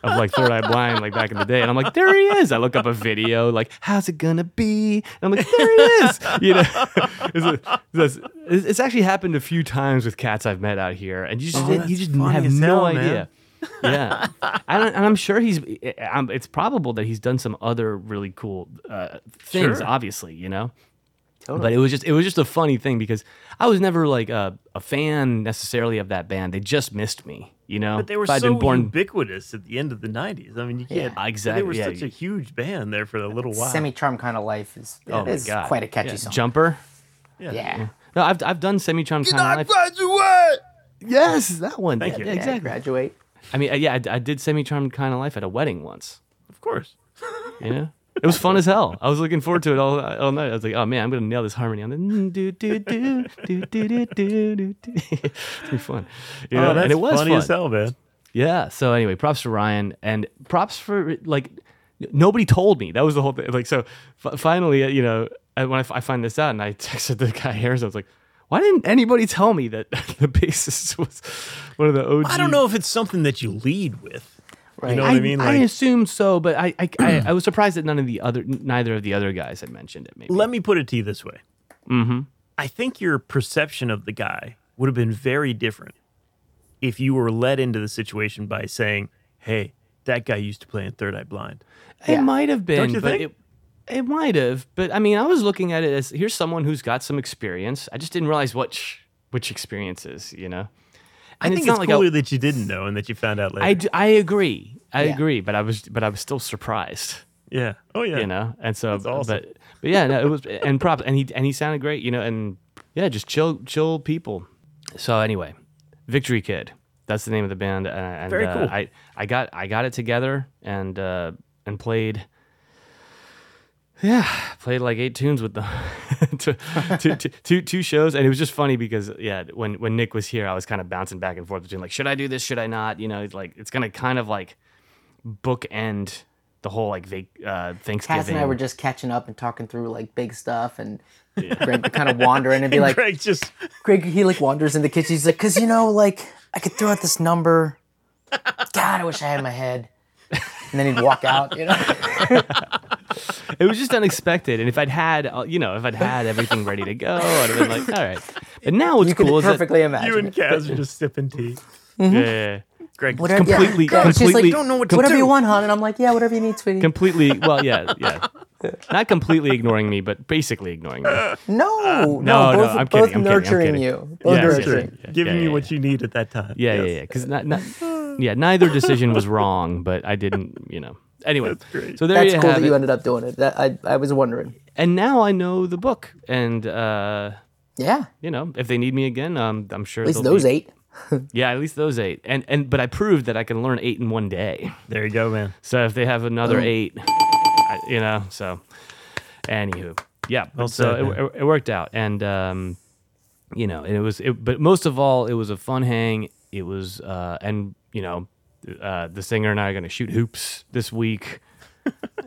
[SPEAKER 3] of like third eye blind like back in the day and I'm like there he is I look up a video like how's it gonna be and I'm like there he is you know it's, a- it's, a- it's- it's actually happened a few times with cats I've met out here and you just
[SPEAKER 1] Oh, that's
[SPEAKER 3] you just
[SPEAKER 1] funny
[SPEAKER 3] have
[SPEAKER 1] as
[SPEAKER 3] no
[SPEAKER 1] hell, man.
[SPEAKER 3] idea yeah, I don't, and I'm sure he's. eh, I'm, it's probable that he's done some other really cool uh, things.
[SPEAKER 1] Sure.
[SPEAKER 3] Obviously, you know. But it was just it was just a funny thing because I was never like a, a fan necessarily of that band. They just missed me, you know.
[SPEAKER 1] But they were
[SPEAKER 3] If I'd
[SPEAKER 1] so
[SPEAKER 3] been born
[SPEAKER 1] ubiquituous at the end of the '90s. I mean, you can't.
[SPEAKER 3] exactly,
[SPEAKER 1] They were
[SPEAKER 3] yeah,
[SPEAKER 1] such
[SPEAKER 3] you-
[SPEAKER 1] a huge band there for a little while.
[SPEAKER 2] Semi charm kind of life is,
[SPEAKER 3] oh
[SPEAKER 2] it
[SPEAKER 3] my
[SPEAKER 2] is
[SPEAKER 3] God.
[SPEAKER 2] quite a catchy
[SPEAKER 3] Yeah.
[SPEAKER 2] song.
[SPEAKER 3] Jumper.
[SPEAKER 2] Yeah.
[SPEAKER 3] No, I've I've done semi charm kind of life.
[SPEAKER 5] graduate!
[SPEAKER 3] Yes, that one.
[SPEAKER 1] Thank
[SPEAKER 3] yeah,
[SPEAKER 1] you.
[SPEAKER 3] yeah,
[SPEAKER 1] Yeah,
[SPEAKER 2] yeah.
[SPEAKER 3] exactly.
[SPEAKER 2] Graduate.
[SPEAKER 3] I mean, yeah, I, I did semi charm kind of life at a wedding once.
[SPEAKER 1] of course.
[SPEAKER 3] You know? It was fun as hell. I was looking forward to it all, all night. I was like, oh man, I'm gonna nail this harmony. I'm gonna do do do do do do do do. do. It's be fun. You know?
[SPEAKER 1] oh, that's
[SPEAKER 3] and it was
[SPEAKER 1] funny
[SPEAKER 3] fun.
[SPEAKER 1] as hell, man.
[SPEAKER 3] Yeah. So anyway, props to Ryan and props for like n- nobody told me. That was the whole thing. Like so, f- finally, uh, you know, I, when I, f- I find this out and I texted the guy Harrison, I was like, why didn't anybody tell me that the bassist was one of the OG?
[SPEAKER 1] I don't know if it's something that you lead with.
[SPEAKER 2] Right.
[SPEAKER 1] You know what I, mean? Like,
[SPEAKER 3] assume so, but I I, I I was surprised that none of the other neither of the other guys had mentioned it. Maybe
[SPEAKER 1] let me put it to you this way. Mm-hmm. I think your perception of the guy would have been very different if you were led into the situation by saying, "Hey, that guy used to play in Third Eye Blind."
[SPEAKER 3] It
[SPEAKER 2] Yeah.
[SPEAKER 3] might have been,
[SPEAKER 1] you
[SPEAKER 3] but
[SPEAKER 1] think?
[SPEAKER 3] it it might have. But I mean, I was looking at it as here's someone who's got some experience. I just didn't realize which which experiences, you know.
[SPEAKER 1] I
[SPEAKER 3] And
[SPEAKER 1] think it's,
[SPEAKER 3] not like
[SPEAKER 1] cooler
[SPEAKER 3] I,
[SPEAKER 1] that you didn't know and that you found out later.
[SPEAKER 3] I d- I agree. I
[SPEAKER 2] Yeah.
[SPEAKER 3] agree, but I was but I was still surprised,
[SPEAKER 1] yeah. Oh yeah.
[SPEAKER 3] you know. And so,
[SPEAKER 1] awesome.
[SPEAKER 3] but but yeah, no, it was and props and he and he sounded great, you know. And yeah, just chill chill people. So anyway, Victory Kid. That's the name of the band. Uh, and,
[SPEAKER 1] Very
[SPEAKER 3] uh,
[SPEAKER 1] cool.
[SPEAKER 3] I I got I got it together and uh, and played. Yeah, played like eight tunes with them, two, two, two, two, two shows, and it was just funny because yeah, when when Nick was here, I was kind of bouncing back and forth between like, should I do this, should I not? You know, it's like it's gonna kind of like bookend the whole like vac- uh, Thanksgiving.
[SPEAKER 2] Cass and I were just catching up and talking through like big stuff, and Greg would kind of wander in and be like,
[SPEAKER 1] Greg just
[SPEAKER 2] Greg, he like wanders in the kitchen. He's like, because you know, like I could throw out this number. God, I wish I had my head. And then he'd walk out. You know,
[SPEAKER 3] it was just unexpected, and if I'd had uh, you know if I'd had everything ready to go, I'd have been like, all right. But now what's
[SPEAKER 2] you could
[SPEAKER 3] cool is that-
[SPEAKER 2] perfectly imagine.
[SPEAKER 1] you and
[SPEAKER 2] it.
[SPEAKER 1] Kaz are just sipping tea.
[SPEAKER 3] yeah, yeah, yeah.
[SPEAKER 1] Greg
[SPEAKER 2] Whatever- yeah.
[SPEAKER 3] completely-
[SPEAKER 2] Greg, she's
[SPEAKER 3] completely-
[SPEAKER 2] like,
[SPEAKER 3] Don't know what
[SPEAKER 1] to
[SPEAKER 2] whatever
[SPEAKER 1] do.
[SPEAKER 2] you want, hon. And I'm like, yeah, whatever you need, sweetie.
[SPEAKER 3] completely. Well, yeah, yeah. Not completely ignoring me, but basically ignoring me.
[SPEAKER 2] no, no,
[SPEAKER 3] Uh, no, no,
[SPEAKER 2] both,
[SPEAKER 3] I'm
[SPEAKER 2] both
[SPEAKER 3] kidding, I'm kidding, I'm
[SPEAKER 2] nurturing
[SPEAKER 3] kidding.
[SPEAKER 2] you. Both
[SPEAKER 3] Yeah, yeah,
[SPEAKER 1] Sure.
[SPEAKER 2] nurturing.
[SPEAKER 3] yeah,
[SPEAKER 1] giving
[SPEAKER 3] yeah,
[SPEAKER 1] you
[SPEAKER 3] yeah,
[SPEAKER 1] what you need at that time.
[SPEAKER 3] Yeah, yeah,
[SPEAKER 1] Yes.
[SPEAKER 3] yeah. Because not, not, yeah, neither decision was wrong, but I didn't, you know. Anyway,
[SPEAKER 1] great.
[SPEAKER 3] so there
[SPEAKER 2] That's
[SPEAKER 3] you
[SPEAKER 2] cool
[SPEAKER 3] have
[SPEAKER 2] that
[SPEAKER 3] it.
[SPEAKER 2] you ended up doing it. That, I, I was wondering.
[SPEAKER 3] and now I know the book, and uh,
[SPEAKER 2] Yeah,
[SPEAKER 3] you know, if they need me again, um, I'm sure.
[SPEAKER 2] at least those eight.
[SPEAKER 3] Yeah, at least those eight. And and but I proved that I can learn eight in one day.
[SPEAKER 1] There you go, man.
[SPEAKER 3] So if they have
[SPEAKER 1] Oh.
[SPEAKER 3] another eight, I, you know, so anywho, yeah. but so
[SPEAKER 1] said,
[SPEAKER 3] it, it, it worked out, and um, you know, and it was. It, but most of all, it was a fun hang. It was, uh, and you know, uh, the singer and I are going to shoot hoops this week.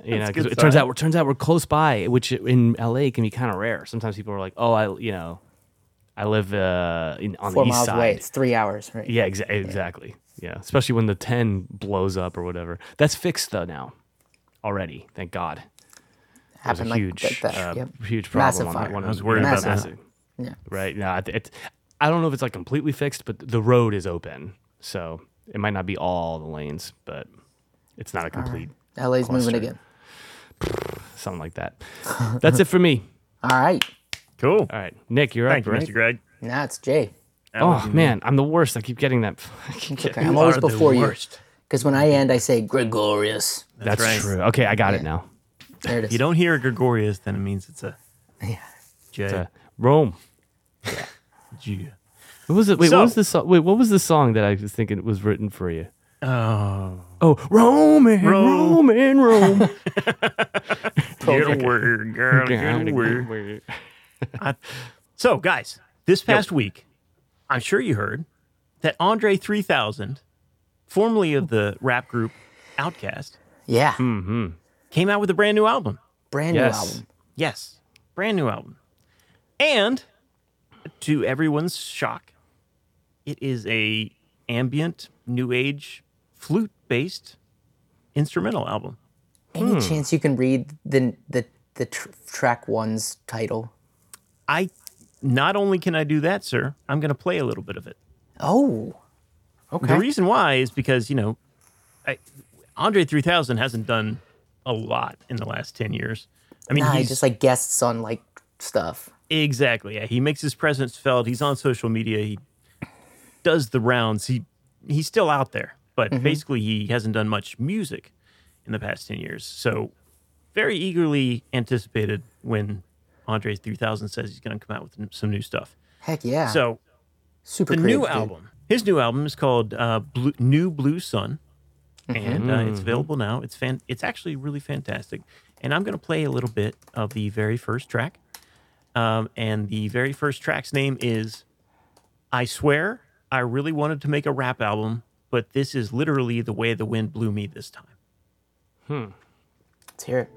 [SPEAKER 3] You know,
[SPEAKER 1] a
[SPEAKER 3] because
[SPEAKER 1] good
[SPEAKER 3] it turns
[SPEAKER 1] sign.
[SPEAKER 3] out we're turns out we're close by, which in LA can be kind of rare. Sometimes people are like, "Oh, I, you know, I live uh, in, on
[SPEAKER 2] Four
[SPEAKER 3] the east
[SPEAKER 2] miles
[SPEAKER 3] side."
[SPEAKER 2] away. It's three hours. Right.
[SPEAKER 3] Yeah, exa- exactly. Yeah, especially when the 10 blows up or whatever. That's fixed though now already. Thank God. There's
[SPEAKER 2] Happened
[SPEAKER 3] a
[SPEAKER 2] like
[SPEAKER 3] huge
[SPEAKER 2] that- that-
[SPEAKER 3] uh,
[SPEAKER 2] yep.
[SPEAKER 3] huge problem
[SPEAKER 2] Massive
[SPEAKER 3] on
[SPEAKER 2] fire.
[SPEAKER 3] that one.
[SPEAKER 1] I was worried about
[SPEAKER 2] that.
[SPEAKER 3] Yeah.
[SPEAKER 2] Yeah.
[SPEAKER 3] Right. No, it, it, I don't know if it's like completely fixed, but the road is open. So, it might not be all the lanes, but it's not a complete
[SPEAKER 2] LA's
[SPEAKER 3] cluster.
[SPEAKER 2] moving again.
[SPEAKER 3] something like that. That's it for me.
[SPEAKER 2] All right.
[SPEAKER 1] Cool.
[SPEAKER 3] All right. Nick, you're
[SPEAKER 1] Thank
[SPEAKER 3] up,
[SPEAKER 1] you,
[SPEAKER 3] right?
[SPEAKER 1] Mr. Greg.
[SPEAKER 2] Now it's Jay.
[SPEAKER 3] Oh, man, I'm the worst. I keep getting that. I keep
[SPEAKER 2] Okay,
[SPEAKER 3] getting-
[SPEAKER 2] I'm always
[SPEAKER 1] are the
[SPEAKER 2] before you.
[SPEAKER 1] worst.
[SPEAKER 2] Because when I end, I say Gregorius.
[SPEAKER 3] That's,
[SPEAKER 1] right.
[SPEAKER 3] true. Okay, I got it now.
[SPEAKER 2] There it is.
[SPEAKER 1] You don't hear a Gregorius, then it means it's a
[SPEAKER 2] Yeah.
[SPEAKER 1] J.
[SPEAKER 3] Uh, Rome.
[SPEAKER 1] G.
[SPEAKER 3] What was it? Wait,
[SPEAKER 1] So-
[SPEAKER 3] what was the song? Wait, what was the song that I was thinking was written for you?
[SPEAKER 1] Oh,
[SPEAKER 3] Oh, Rome and
[SPEAKER 1] Rome.
[SPEAKER 3] Rome and Rome.
[SPEAKER 1] get away, girl, get away. So, guys, this past week, I'm sure you heard that Andre 3000, formerly of the rap group Outkast,
[SPEAKER 2] Yeah.
[SPEAKER 1] came out with a brand new album.
[SPEAKER 2] Brand new
[SPEAKER 3] Hmm. Yes.
[SPEAKER 2] album.
[SPEAKER 1] Yes, brand new album. And to everyone's shock, it is a ambient new age flute-based instrumental album.
[SPEAKER 2] Any
[SPEAKER 3] Hmm.
[SPEAKER 2] chance you can read the the the tr- track one's title?
[SPEAKER 1] I not only can I do that, sir, I'm going to play a little bit of it.
[SPEAKER 2] Oh. Okay.
[SPEAKER 1] The reason why is because you know, I, Andre 3000 hasn't done a lot in the last 10 years. I mean,
[SPEAKER 2] nah, he
[SPEAKER 1] he's
[SPEAKER 2] just like guests on like stuff.
[SPEAKER 1] exactly. Yeah, he makes his presence felt. He's on social media. He does the rounds. He he's still out there, but
[SPEAKER 2] Mm-hmm.
[SPEAKER 1] basically he hasn't done much music in the past 10 years. So very eagerly anticipated when Andre 3000 says he's going to come out with some new stuff.
[SPEAKER 2] Heck yeah.
[SPEAKER 1] So
[SPEAKER 2] super
[SPEAKER 1] the
[SPEAKER 2] creative
[SPEAKER 1] new
[SPEAKER 2] dude.
[SPEAKER 1] album. His new album is called uh, Blue, New Blue Sun, and uh, it's available now. It's fan. It's actually really fantastic, and I'm going to play a little bit of the very first track. Um, and the very first track's name is "I Swear." I really wanted to make a rap album, but this is literally the way the wind blew me this time.
[SPEAKER 2] Let's hear it.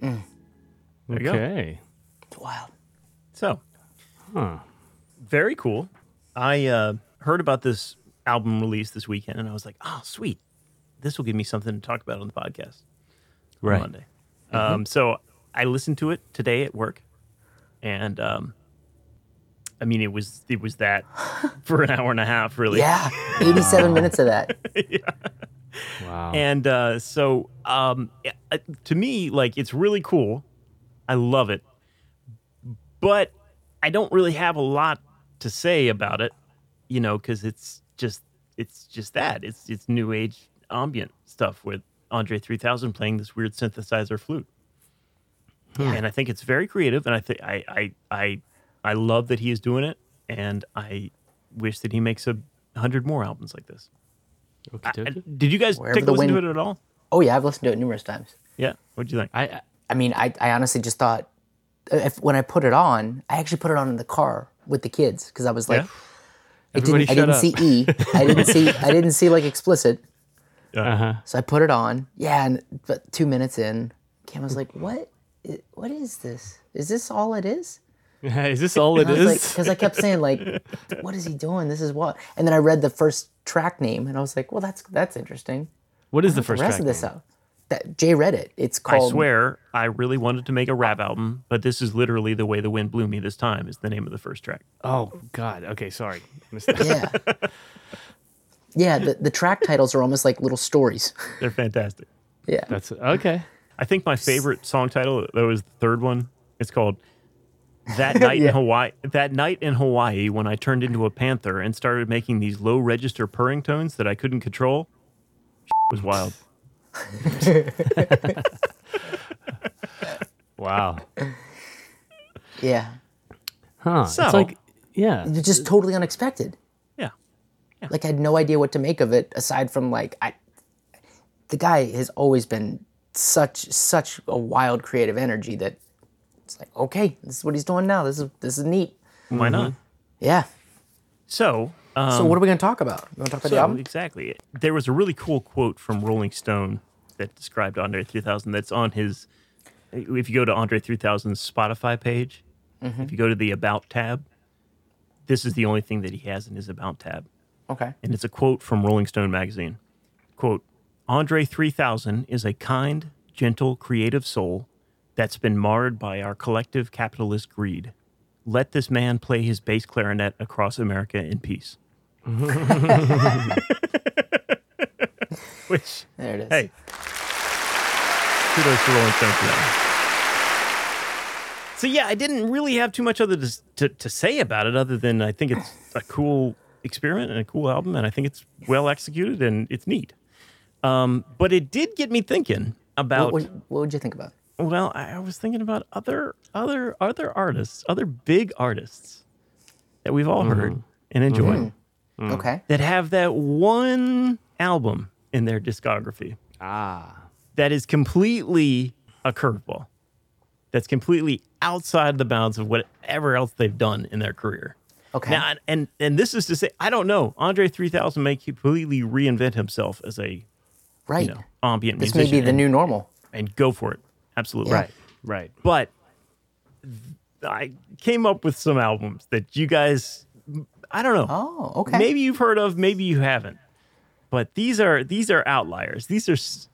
[SPEAKER 1] There you go.
[SPEAKER 3] Okay.
[SPEAKER 2] It's wild.
[SPEAKER 1] So
[SPEAKER 3] Huh.
[SPEAKER 1] very cool. I uh, heard about this album release this weekend, and I was like, "Oh, sweet! This will give me something to talk about on the podcast." on
[SPEAKER 3] Right.
[SPEAKER 1] Monday. Um, so I listened to it today at work, and um, I mean it was it was that for an hour and a half, really.
[SPEAKER 2] Yeah. 87 minutes of that.
[SPEAKER 3] Wow.
[SPEAKER 2] Oh.
[SPEAKER 1] And uh, so um, uh, to me, like it's really cool. I love it, but I don't really have a lot to say about it, you know, because it's just it's just that it's it's new age ambient stuff with Andre 3000 playing this weird synthesizer flute.
[SPEAKER 2] Hmm.
[SPEAKER 1] And I think it's very creative, and I think I I I I love that he is doing it, and I wish that he makes a hundred more albums like this.
[SPEAKER 3] Okey
[SPEAKER 1] I-
[SPEAKER 3] dokey.
[SPEAKER 1] did you guys
[SPEAKER 2] Wherever
[SPEAKER 1] take a
[SPEAKER 2] the
[SPEAKER 1] listen to
[SPEAKER 2] wind-
[SPEAKER 1] it at all?
[SPEAKER 2] Oh yeah, I've listened to it numerous times.
[SPEAKER 1] Yeah. What'd you think?
[SPEAKER 3] I, I
[SPEAKER 2] I mean, I, I honestly just thought if, when I put it on, I actually put it on in the car with the kids because I was like,
[SPEAKER 1] Yeah.
[SPEAKER 2] I didn't, I
[SPEAKER 3] Everybody
[SPEAKER 2] didn't
[SPEAKER 3] shut
[SPEAKER 2] see E, I didn't see, I didn't see like explicit,
[SPEAKER 3] uh-huh.
[SPEAKER 2] so I put it on. Yeah, and but two minutes in, Cam was like, "What? i- What is this? Is this all it is?"
[SPEAKER 3] Is this all it
[SPEAKER 2] And I was like,
[SPEAKER 3] is?
[SPEAKER 2] because I kept saying like, "What is he doing? This is what?" And then I read the first track name, and I was like, "Well, that's that's interesting."
[SPEAKER 3] what is the
[SPEAKER 2] The
[SPEAKER 3] first
[SPEAKER 2] rest
[SPEAKER 3] track?
[SPEAKER 2] of this
[SPEAKER 3] name?
[SPEAKER 2] out. That Jay read it. It's
[SPEAKER 1] I
[SPEAKER 2] called.
[SPEAKER 1] swear, I really wanted to make a rap album, but this is literally the way the wind blew me this time is the name of the first track.
[SPEAKER 3] Oh God. Okay, sorry. Missed that.
[SPEAKER 2] Yeah. Yeah, the, the track titles are almost like little stories.
[SPEAKER 1] They're fantastic.
[SPEAKER 2] Yeah.
[SPEAKER 3] That's okay.
[SPEAKER 1] I think my favorite song title, though, is the third one. It's called That night in Hawaii, that night in Hawaii, when I turned into a panther and started making these low register purring tones that I couldn't control, was wild.
[SPEAKER 3] Wow.
[SPEAKER 2] Yeah.
[SPEAKER 3] Huh.
[SPEAKER 1] So-
[SPEAKER 3] it's like, yeah.
[SPEAKER 2] It's just totally unexpected.
[SPEAKER 1] Yeah,
[SPEAKER 2] Like I had no idea what to make of it aside from like I the guy has always been such such a wild creative energy that it's like, okay, this is what he's doing now. This is this is neat.
[SPEAKER 1] why not?
[SPEAKER 2] Yeah.
[SPEAKER 1] So, um,
[SPEAKER 2] So what are we gonna talk about? You wanna talk about the
[SPEAKER 1] so,
[SPEAKER 2] album?
[SPEAKER 1] exactly. There was a really cool quote from Rolling Stone that described Andre 3000. That's on his. If you go to Andre 3000's Spotify page, if you go to the About tab, this is the only thing that he has in his About tab.
[SPEAKER 2] Okay.
[SPEAKER 1] and it's a quote from Rolling Stone magazine. Quote, Andre 3000 is a kind, gentle, creative soul that's been marred by our collective capitalist greed. Let this man play his bass clarinet across America in peace. Which,
[SPEAKER 2] There it is.
[SPEAKER 1] hey, kudos to Rolling Stone for that. So yeah, I didn't really have too much other to, to, to say about it, other than I think it's a cool experiment and a cool album, and I think it's well executed and it's neat. Um, but it did get me thinking about
[SPEAKER 2] What, what, what would you think about?
[SPEAKER 1] well, I I was thinking about other other other artists, other big artists that we've all heard and enjoyed Mm.
[SPEAKER 2] Okay.
[SPEAKER 1] that have that one album in their discography
[SPEAKER 3] Ah.
[SPEAKER 1] that is completely a curveball. That's completely outside the bounds of whatever else they've done in their career.
[SPEAKER 2] Okay.
[SPEAKER 1] Now, and- and and this is to say, I don't know. Andre 3000 may completely reinvent himself as a
[SPEAKER 2] right.
[SPEAKER 1] you know ambient
[SPEAKER 2] this may
[SPEAKER 1] musician
[SPEAKER 2] be the
[SPEAKER 1] and,
[SPEAKER 2] new normal.
[SPEAKER 1] and go for it. Absolutely
[SPEAKER 2] Yeah.
[SPEAKER 3] Right. Right.
[SPEAKER 1] but th- I came up with some albums that you guys, I don't know.
[SPEAKER 2] Oh, okay.
[SPEAKER 1] Maybe you've heard of, maybe you haven't. But these are these are outliers. These are s-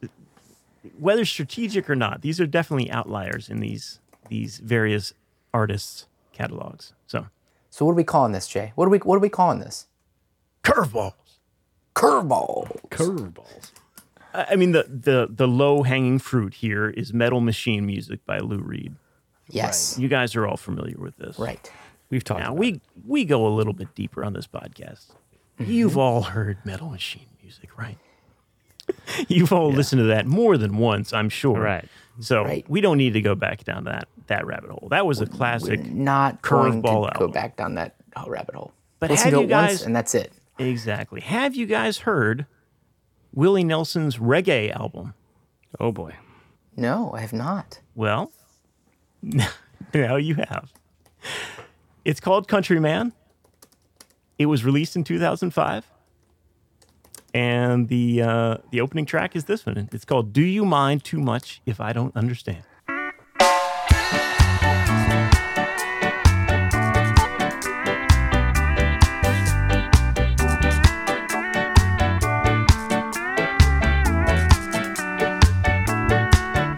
[SPEAKER 1] whether strategic or not. These are definitely outliers in these these various artists' catalogs. So
[SPEAKER 2] So what are we calling this, Jay? What are we what are we calling this?
[SPEAKER 1] curveballs.
[SPEAKER 2] Curveball.
[SPEAKER 3] Curveballs.
[SPEAKER 1] I I mean the the the low hanging fruit here is Metal Machine Music by Lou Reed.
[SPEAKER 2] Yes.
[SPEAKER 1] You guys are all familiar with this,
[SPEAKER 2] Right.
[SPEAKER 3] We've talked.
[SPEAKER 1] Now
[SPEAKER 3] about
[SPEAKER 1] we we go a little bit deeper on this podcast.
[SPEAKER 3] Mm-hmm.
[SPEAKER 1] You've all heard metal machine music, right? You've all listened to that more than once, I'm sure.
[SPEAKER 3] Right.
[SPEAKER 1] So
[SPEAKER 2] Right.
[SPEAKER 1] we don't need to go back down that that rabbit hole. That was a classic.
[SPEAKER 2] Not going to
[SPEAKER 1] Curveball
[SPEAKER 2] go
[SPEAKER 1] album.
[SPEAKER 2] back down that oh, rabbit hole.
[SPEAKER 1] But
[SPEAKER 2] Listen
[SPEAKER 1] have
[SPEAKER 2] to
[SPEAKER 1] you
[SPEAKER 2] it
[SPEAKER 1] guys-
[SPEAKER 2] once and that's it.
[SPEAKER 1] Exactly. Have you guys heard Willie Nelson's reggae album?
[SPEAKER 3] it. Oh boy.
[SPEAKER 2] No, I have not.
[SPEAKER 1] Well, now you have. It's called Countryman. It was released in 2005. And the uh, the opening track is this one. It's called "Do You Mind Too Much If I Don't Understand."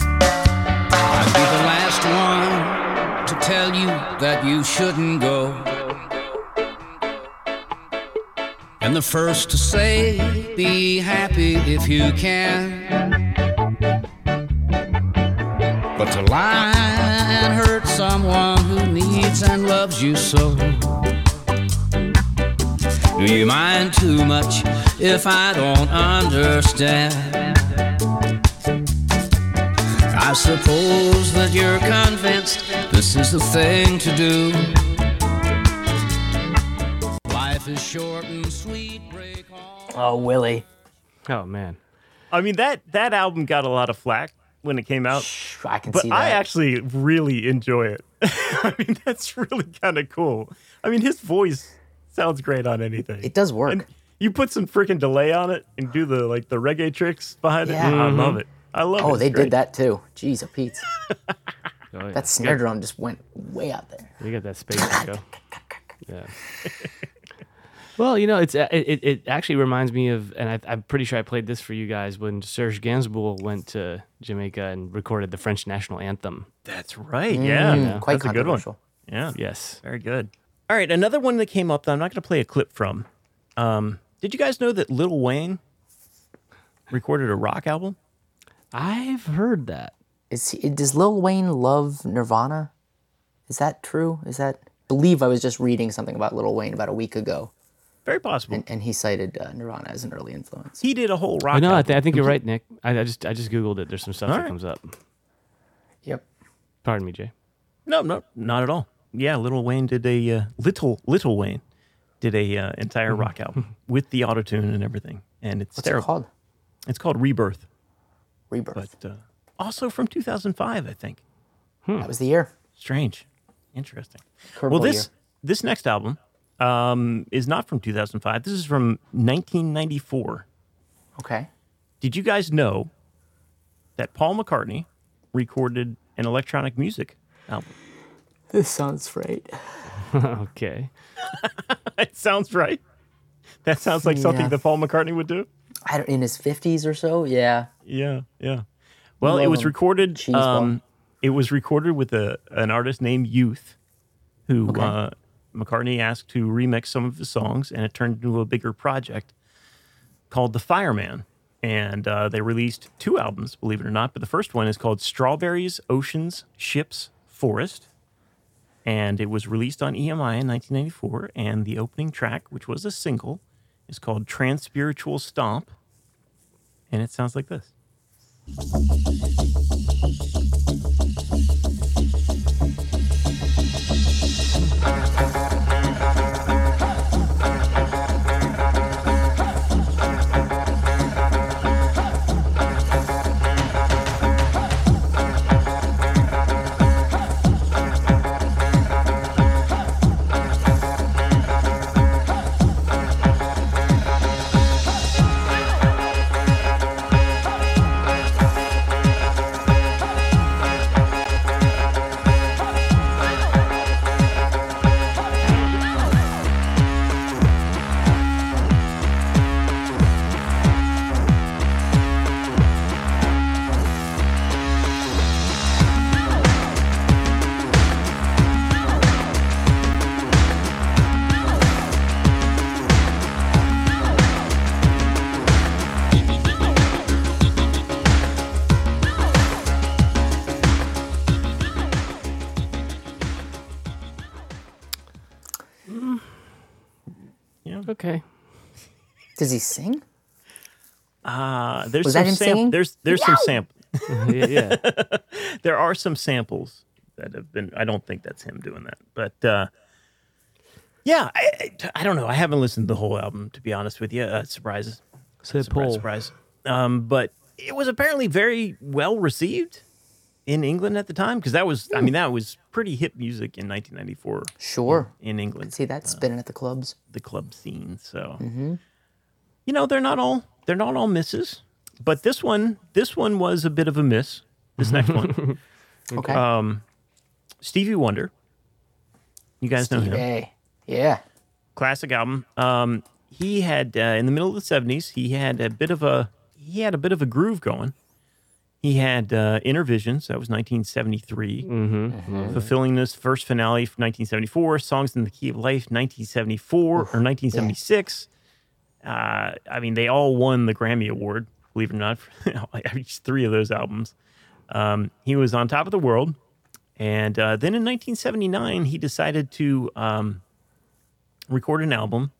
[SPEAKER 6] I'd be the last one to tell you that you shouldn't go. And the first to say, be happy if you can. But to lie and hurt someone who needs and loves you so. Do you mind too much if I don't understand? I suppose that you're convinced this is the thing to do. Life is short and sweet, break all.
[SPEAKER 2] Oh, Willie.
[SPEAKER 3] Oh man.
[SPEAKER 1] I mean that that album got a lot of flack when it came out,
[SPEAKER 2] Phew, I can
[SPEAKER 1] but
[SPEAKER 2] see that.
[SPEAKER 1] I actually really enjoy it. I mean that's really kind of cool. I mean his voice sounds great on anything.
[SPEAKER 2] it does work.
[SPEAKER 1] And you put some freaking delay on it and do the like the reggae tricks behind
[SPEAKER 2] Yeah.
[SPEAKER 1] it. I love it. I love it.
[SPEAKER 2] oh,
[SPEAKER 1] It's
[SPEAKER 2] they
[SPEAKER 1] great.
[SPEAKER 2] did that too. Jeez, a Pete.
[SPEAKER 3] Oh, yeah.
[SPEAKER 2] That snare drum just went way out there.
[SPEAKER 3] You got that space echo. Yeah. well, you know, it's uh, it, it, it actually reminds me of, and I, I'm pretty sure I played this for you guys when Serge Gainsbourg went to Jamaica and recorded the French national anthem.
[SPEAKER 1] That's right. Yeah.
[SPEAKER 2] Mm-hmm. Quite
[SPEAKER 1] That's a good one.
[SPEAKER 2] controversial.
[SPEAKER 1] Yeah.
[SPEAKER 3] Yes.
[SPEAKER 1] Very good. All right. Another one that came up that I'm not going to play a clip from. Um, did you guys know that Lil Wayne recorded a rock album?
[SPEAKER 3] I've heard that.
[SPEAKER 2] Is he, does Lil Wayne love Nirvana? Is that true? Is that believe I was just reading something about Little Wayne about a week ago,
[SPEAKER 1] Very possible.
[SPEAKER 2] and he cited uh, Nirvana as an early influence.
[SPEAKER 1] he did a whole rock.
[SPEAKER 3] I know. I,
[SPEAKER 1] album.
[SPEAKER 3] th- I think you're right, Nick. I, I just I just googled it. There's some stuff that
[SPEAKER 1] right.
[SPEAKER 3] comes up.
[SPEAKER 2] Yep.
[SPEAKER 3] Pardon me, Jay.
[SPEAKER 1] No, no, not at all. Yeah, Little Wayne did a uh, little Little Wayne did a uh, entire rock album with the autotune and everything, and it's
[SPEAKER 2] Mm-hmm. What's
[SPEAKER 1] terrible.
[SPEAKER 2] it called?
[SPEAKER 1] It's called Rebirth,
[SPEAKER 2] Rebirth.
[SPEAKER 1] but uh, also from 2005, I think.
[SPEAKER 2] That was the year.
[SPEAKER 1] Strange, interesting.
[SPEAKER 2] Curveball
[SPEAKER 1] well, this
[SPEAKER 2] year.
[SPEAKER 1] this next album um, is not from 2005. This is from 1994.
[SPEAKER 2] Okay.
[SPEAKER 1] Did you guys know that Paul McCartney recorded an electronic music album?
[SPEAKER 2] This sounds right.
[SPEAKER 3] Okay.
[SPEAKER 1] It sounds right. That sounds like
[SPEAKER 2] Yeah.
[SPEAKER 1] something that Paul McCartney would do.
[SPEAKER 2] I don't, in his fifties or so. Yeah.
[SPEAKER 1] Yeah, yeah. Well, it
[SPEAKER 2] Love
[SPEAKER 1] was
[SPEAKER 2] him.
[SPEAKER 1] recorded.
[SPEAKER 2] Cheese
[SPEAKER 1] Um, it was recorded with a an artist named Youth, who uh, McCartney asked to remix some of his songs, and it turned into a bigger project called The Fireman. And uh, they released two albums, believe it or not. But the first one is called Strawberries, Oceans, Ships, Forest. And it was released on EMI in 1994. And the opening track, which was a single, is called Transpiritual Stomp. And it sounds like this.
[SPEAKER 3] Okay.
[SPEAKER 2] Does he sing?
[SPEAKER 1] Uh, there's
[SPEAKER 2] Was
[SPEAKER 1] some
[SPEAKER 2] that him
[SPEAKER 1] sam-
[SPEAKER 2] singing?
[SPEAKER 1] There's there's some sample.
[SPEAKER 3] yeah, yeah.
[SPEAKER 1] There are some samples that have been. I don't think that's him doing that, but uh, yeah, I, I, I don't know. I haven't listened to the whole album to be honest with you. Uh, surprises,
[SPEAKER 3] Say
[SPEAKER 1] surprise,
[SPEAKER 3] Paul.
[SPEAKER 1] surprise. Um, but it was apparently very well received in England at the time because that was. I
[SPEAKER 2] Hmm.
[SPEAKER 1] mean, that was pretty hip music in 1994
[SPEAKER 2] Sure.
[SPEAKER 1] in England.
[SPEAKER 2] See that spinning at the clubs.
[SPEAKER 1] the club scene. So, you know, they're not all they're not all misses, but this one this one was a bit of a miss. This next one,
[SPEAKER 2] Okay. Oh,
[SPEAKER 1] Stevie Wonder. You guys know him.
[SPEAKER 2] Yay. Yeah.
[SPEAKER 1] Classic album. Um, he had uh, in the middle of the seventies. He had a bit of a he had a bit of a groove going. He had uh, Inner Visions. That was 1973. Fulfilling this first finale from 1974. Songs in the Key of Life, 1974 or 1976. Uh, I mean, they all won the Grammy Award. Believe it or not, for each three of those albums. Um, he was on top of the world, and uh, then in 1979, he decided to um, record an album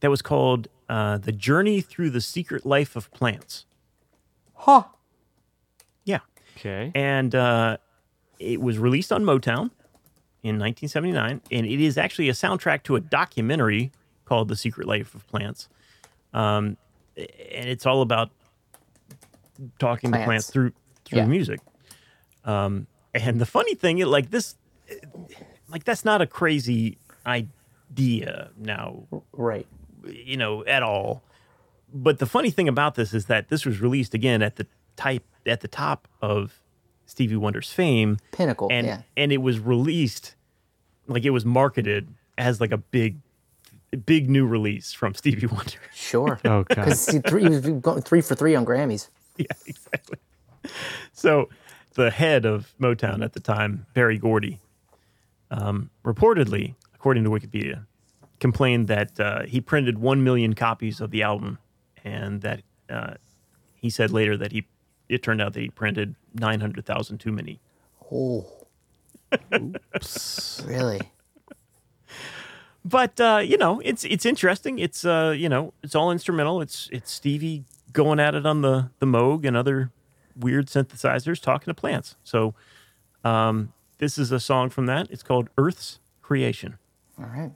[SPEAKER 1] that was called uh, "The Journey Through the Secret Life of Plants."
[SPEAKER 2] Huh.
[SPEAKER 1] Yeah,
[SPEAKER 3] Okay.
[SPEAKER 1] and uh, it was released on Motown in 1979, and it is actually a soundtrack to a documentary called "The Secret Life of Plants," um, and it's all about talking to
[SPEAKER 2] Plants.
[SPEAKER 1] plants through through
[SPEAKER 2] Yeah.
[SPEAKER 1] music. Um, and the funny thing, it, like this, like that's not a crazy idea now
[SPEAKER 2] Right.
[SPEAKER 1] you know, at all. But the funny thing about this is that this was released again at the type at the top of Stevie Wonder's fame,
[SPEAKER 2] Pinnacle.
[SPEAKER 1] and
[SPEAKER 2] yeah.
[SPEAKER 1] and it was released like it was marketed as like a big, big new release from Stevie Wonder.
[SPEAKER 2] Sure.
[SPEAKER 3] Oh, God.
[SPEAKER 2] Because three, he was going three for three on Grammys.
[SPEAKER 1] yeah, exactly. So the head of Motown at the time, Barry Gordy, um, reportedly, according to Wikipedia, complained that uh, he printed 1 million copies of the album and that uh, he said later that he it turned out that he printed 900,000 too many.
[SPEAKER 2] Oh. Really?
[SPEAKER 1] but uh, you know, it's it's interesting. It's uh, you know, it's all instrumental. It's it's Stevie going at it on the the Moog and other weird synthesizers, talking to plants. So um, this is a song from that. It's called Earth's Creation.
[SPEAKER 2] All right.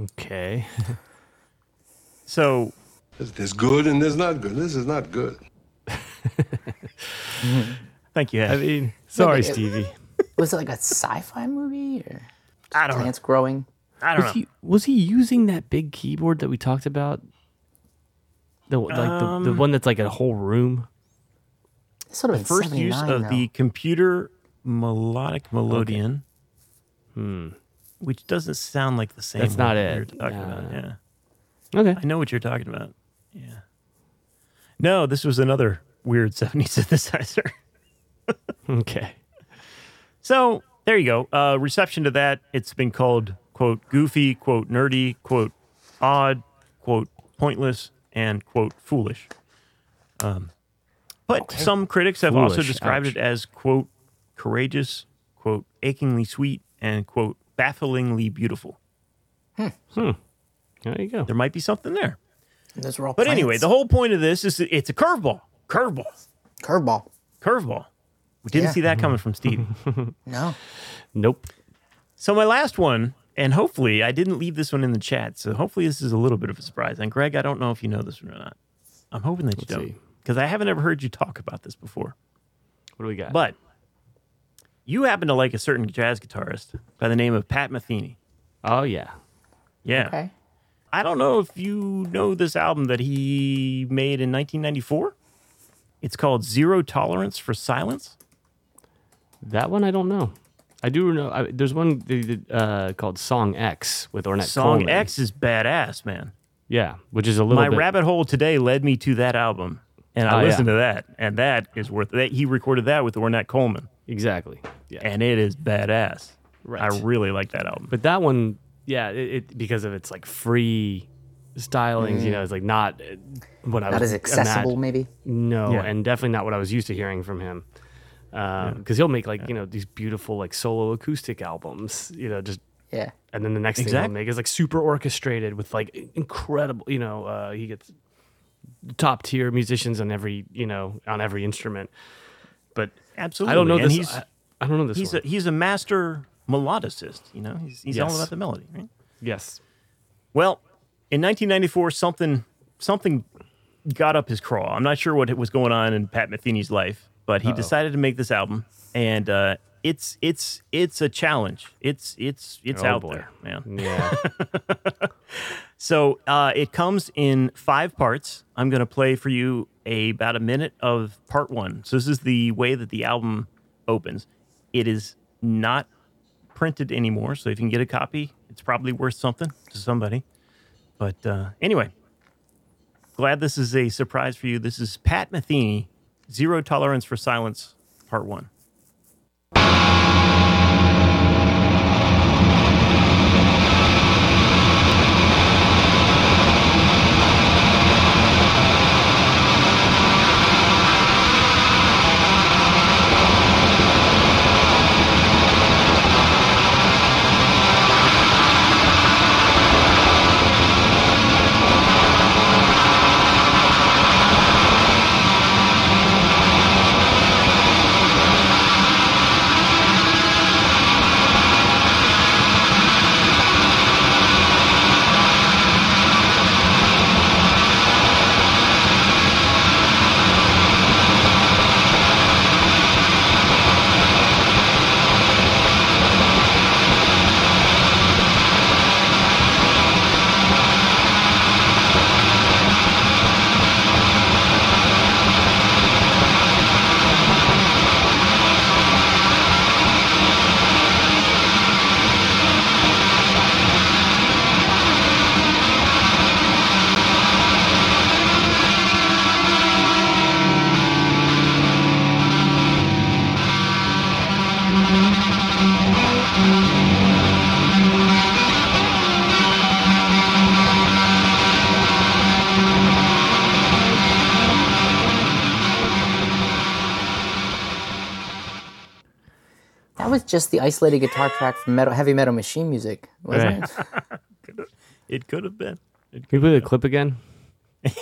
[SPEAKER 3] Okay.
[SPEAKER 1] So
[SPEAKER 7] There's good and there's not good. This is not good.
[SPEAKER 1] thank you. Ash.
[SPEAKER 3] I mean, sorry,
[SPEAKER 2] it-
[SPEAKER 3] Stevie.
[SPEAKER 2] Was it like a sci-fi movie or
[SPEAKER 1] I don't know.
[SPEAKER 2] plants growing?
[SPEAKER 1] I don't
[SPEAKER 3] Was
[SPEAKER 1] know.
[SPEAKER 3] he was he using that big keyboard that we talked about? The like
[SPEAKER 1] Um,
[SPEAKER 3] the, the one that's like a whole room.
[SPEAKER 2] This would have been
[SPEAKER 1] First use
[SPEAKER 2] 79,
[SPEAKER 1] of
[SPEAKER 2] though.
[SPEAKER 1] the computer melodic melodian. Which doesn't sound like the same.
[SPEAKER 3] Hmm. That's
[SPEAKER 1] one
[SPEAKER 3] not
[SPEAKER 1] that
[SPEAKER 3] it.
[SPEAKER 1] You're talking
[SPEAKER 3] No,
[SPEAKER 1] about.
[SPEAKER 3] no, no.
[SPEAKER 1] Yeah.
[SPEAKER 3] Okay.
[SPEAKER 1] I know what you're talking about. Yeah. No, this was another weird 70s synthesizer.
[SPEAKER 3] Okay.
[SPEAKER 1] So there you go. Uh, reception to that, it's been called, quote, goofy, quote, nerdy, quote, odd, quote, pointless, and, quote, foolish. Um, but some critics have also
[SPEAKER 3] Foolish,
[SPEAKER 1] described
[SPEAKER 3] ouch.
[SPEAKER 1] it as, quote, courageous, quote, achingly sweet, and, quote, bafflingly beautiful.
[SPEAKER 3] There you go.
[SPEAKER 1] There might be something there.
[SPEAKER 2] Those were all
[SPEAKER 1] But anyway,
[SPEAKER 2] plants.
[SPEAKER 1] the whole point of this is it's a curveball. Curveball.
[SPEAKER 2] curveball.
[SPEAKER 1] curveball. We didn't
[SPEAKER 2] Yeah.
[SPEAKER 1] see that
[SPEAKER 3] Mm-hmm.
[SPEAKER 1] coming from Steve.
[SPEAKER 2] No.
[SPEAKER 3] Nope.
[SPEAKER 1] so my last one, and hopefully I didn't leave this one in the chat, so hopefully this is a little bit of a surprise. And Greg, I don't know if you know this one or not. I'm hoping that you
[SPEAKER 3] see.
[SPEAKER 1] don't, because I haven't ever heard you talk about this before.
[SPEAKER 3] What do we got?
[SPEAKER 1] But you happen to like a certain jazz guitarist by the name of Pat Metheny.
[SPEAKER 3] oh yeah.
[SPEAKER 1] Yeah,
[SPEAKER 2] Okay.
[SPEAKER 1] I don't know if you know this album that he made in 1994. It's called Zero Tolerance for Silence.
[SPEAKER 3] That one I don't know. I do know. I, there's one they did, uh, called Song X with Ornette
[SPEAKER 1] Song
[SPEAKER 3] Coleman.
[SPEAKER 1] X is badass, man.
[SPEAKER 3] Yeah, which is a little
[SPEAKER 1] my
[SPEAKER 3] bit.
[SPEAKER 1] rabbit hole today led me to that album, and I
[SPEAKER 3] Oh, yeah.
[SPEAKER 1] listened to that, and that is worth that. He recorded that with Ornette Coleman,
[SPEAKER 3] exactly. Yeah.
[SPEAKER 1] and it is badass. I
[SPEAKER 3] Right.
[SPEAKER 1] really like that album.
[SPEAKER 3] But that one, yeah, it, it because of its like free stylings,
[SPEAKER 1] Mm.
[SPEAKER 3] you know, it's like not uh, what I
[SPEAKER 2] Not
[SPEAKER 3] was
[SPEAKER 2] as accessible,
[SPEAKER 3] imagine-
[SPEAKER 2] maybe.
[SPEAKER 3] No,
[SPEAKER 1] Yeah.
[SPEAKER 3] and definitely not what I was used to hearing from him. Because he'll make like you know these beautiful like solo acoustic albums, you know, just
[SPEAKER 2] Yeah.
[SPEAKER 3] and then the next thing
[SPEAKER 1] Exactly.
[SPEAKER 3] he'll make is like super orchestrated with like in- incredible, you know, uh, he gets top tier musicians on every you know on every instrument. But
[SPEAKER 1] Absolutely,
[SPEAKER 3] I don't know
[SPEAKER 1] and
[SPEAKER 3] this.
[SPEAKER 1] He's
[SPEAKER 3] I, I don't know this
[SPEAKER 1] he's
[SPEAKER 3] one.
[SPEAKER 1] a, he's a master melodicist. You know, he's he's all
[SPEAKER 3] Yes.
[SPEAKER 1] about the melody. Right?
[SPEAKER 3] yes.
[SPEAKER 1] Well, in 1994, something something got up his craw. I'm not sure what was going on in Pat Metheny's life, but he decided to make this album, and uh, it's it's it's a challenge. It's it's it's
[SPEAKER 3] Oh,
[SPEAKER 1] out
[SPEAKER 3] boy.
[SPEAKER 1] there, man.
[SPEAKER 3] Yeah.
[SPEAKER 1] So uh, it comes in five parts. I'm going to play for you a, about a minute of part one. So this is the way that the album opens. It is not printed anymore. So if you can get a copy, it's probably worth something to somebody. But uh, anyway, glad this is a surprise for you. This is Pat Metheny, Zero Tolerance for Silence, part one.
[SPEAKER 8] Thank
[SPEAKER 2] That was just the isolated guitar track from metal, heavy metal machine music, wasn't
[SPEAKER 3] Right.
[SPEAKER 2] it?
[SPEAKER 1] It could have been. It,
[SPEAKER 3] Can you play the clip again?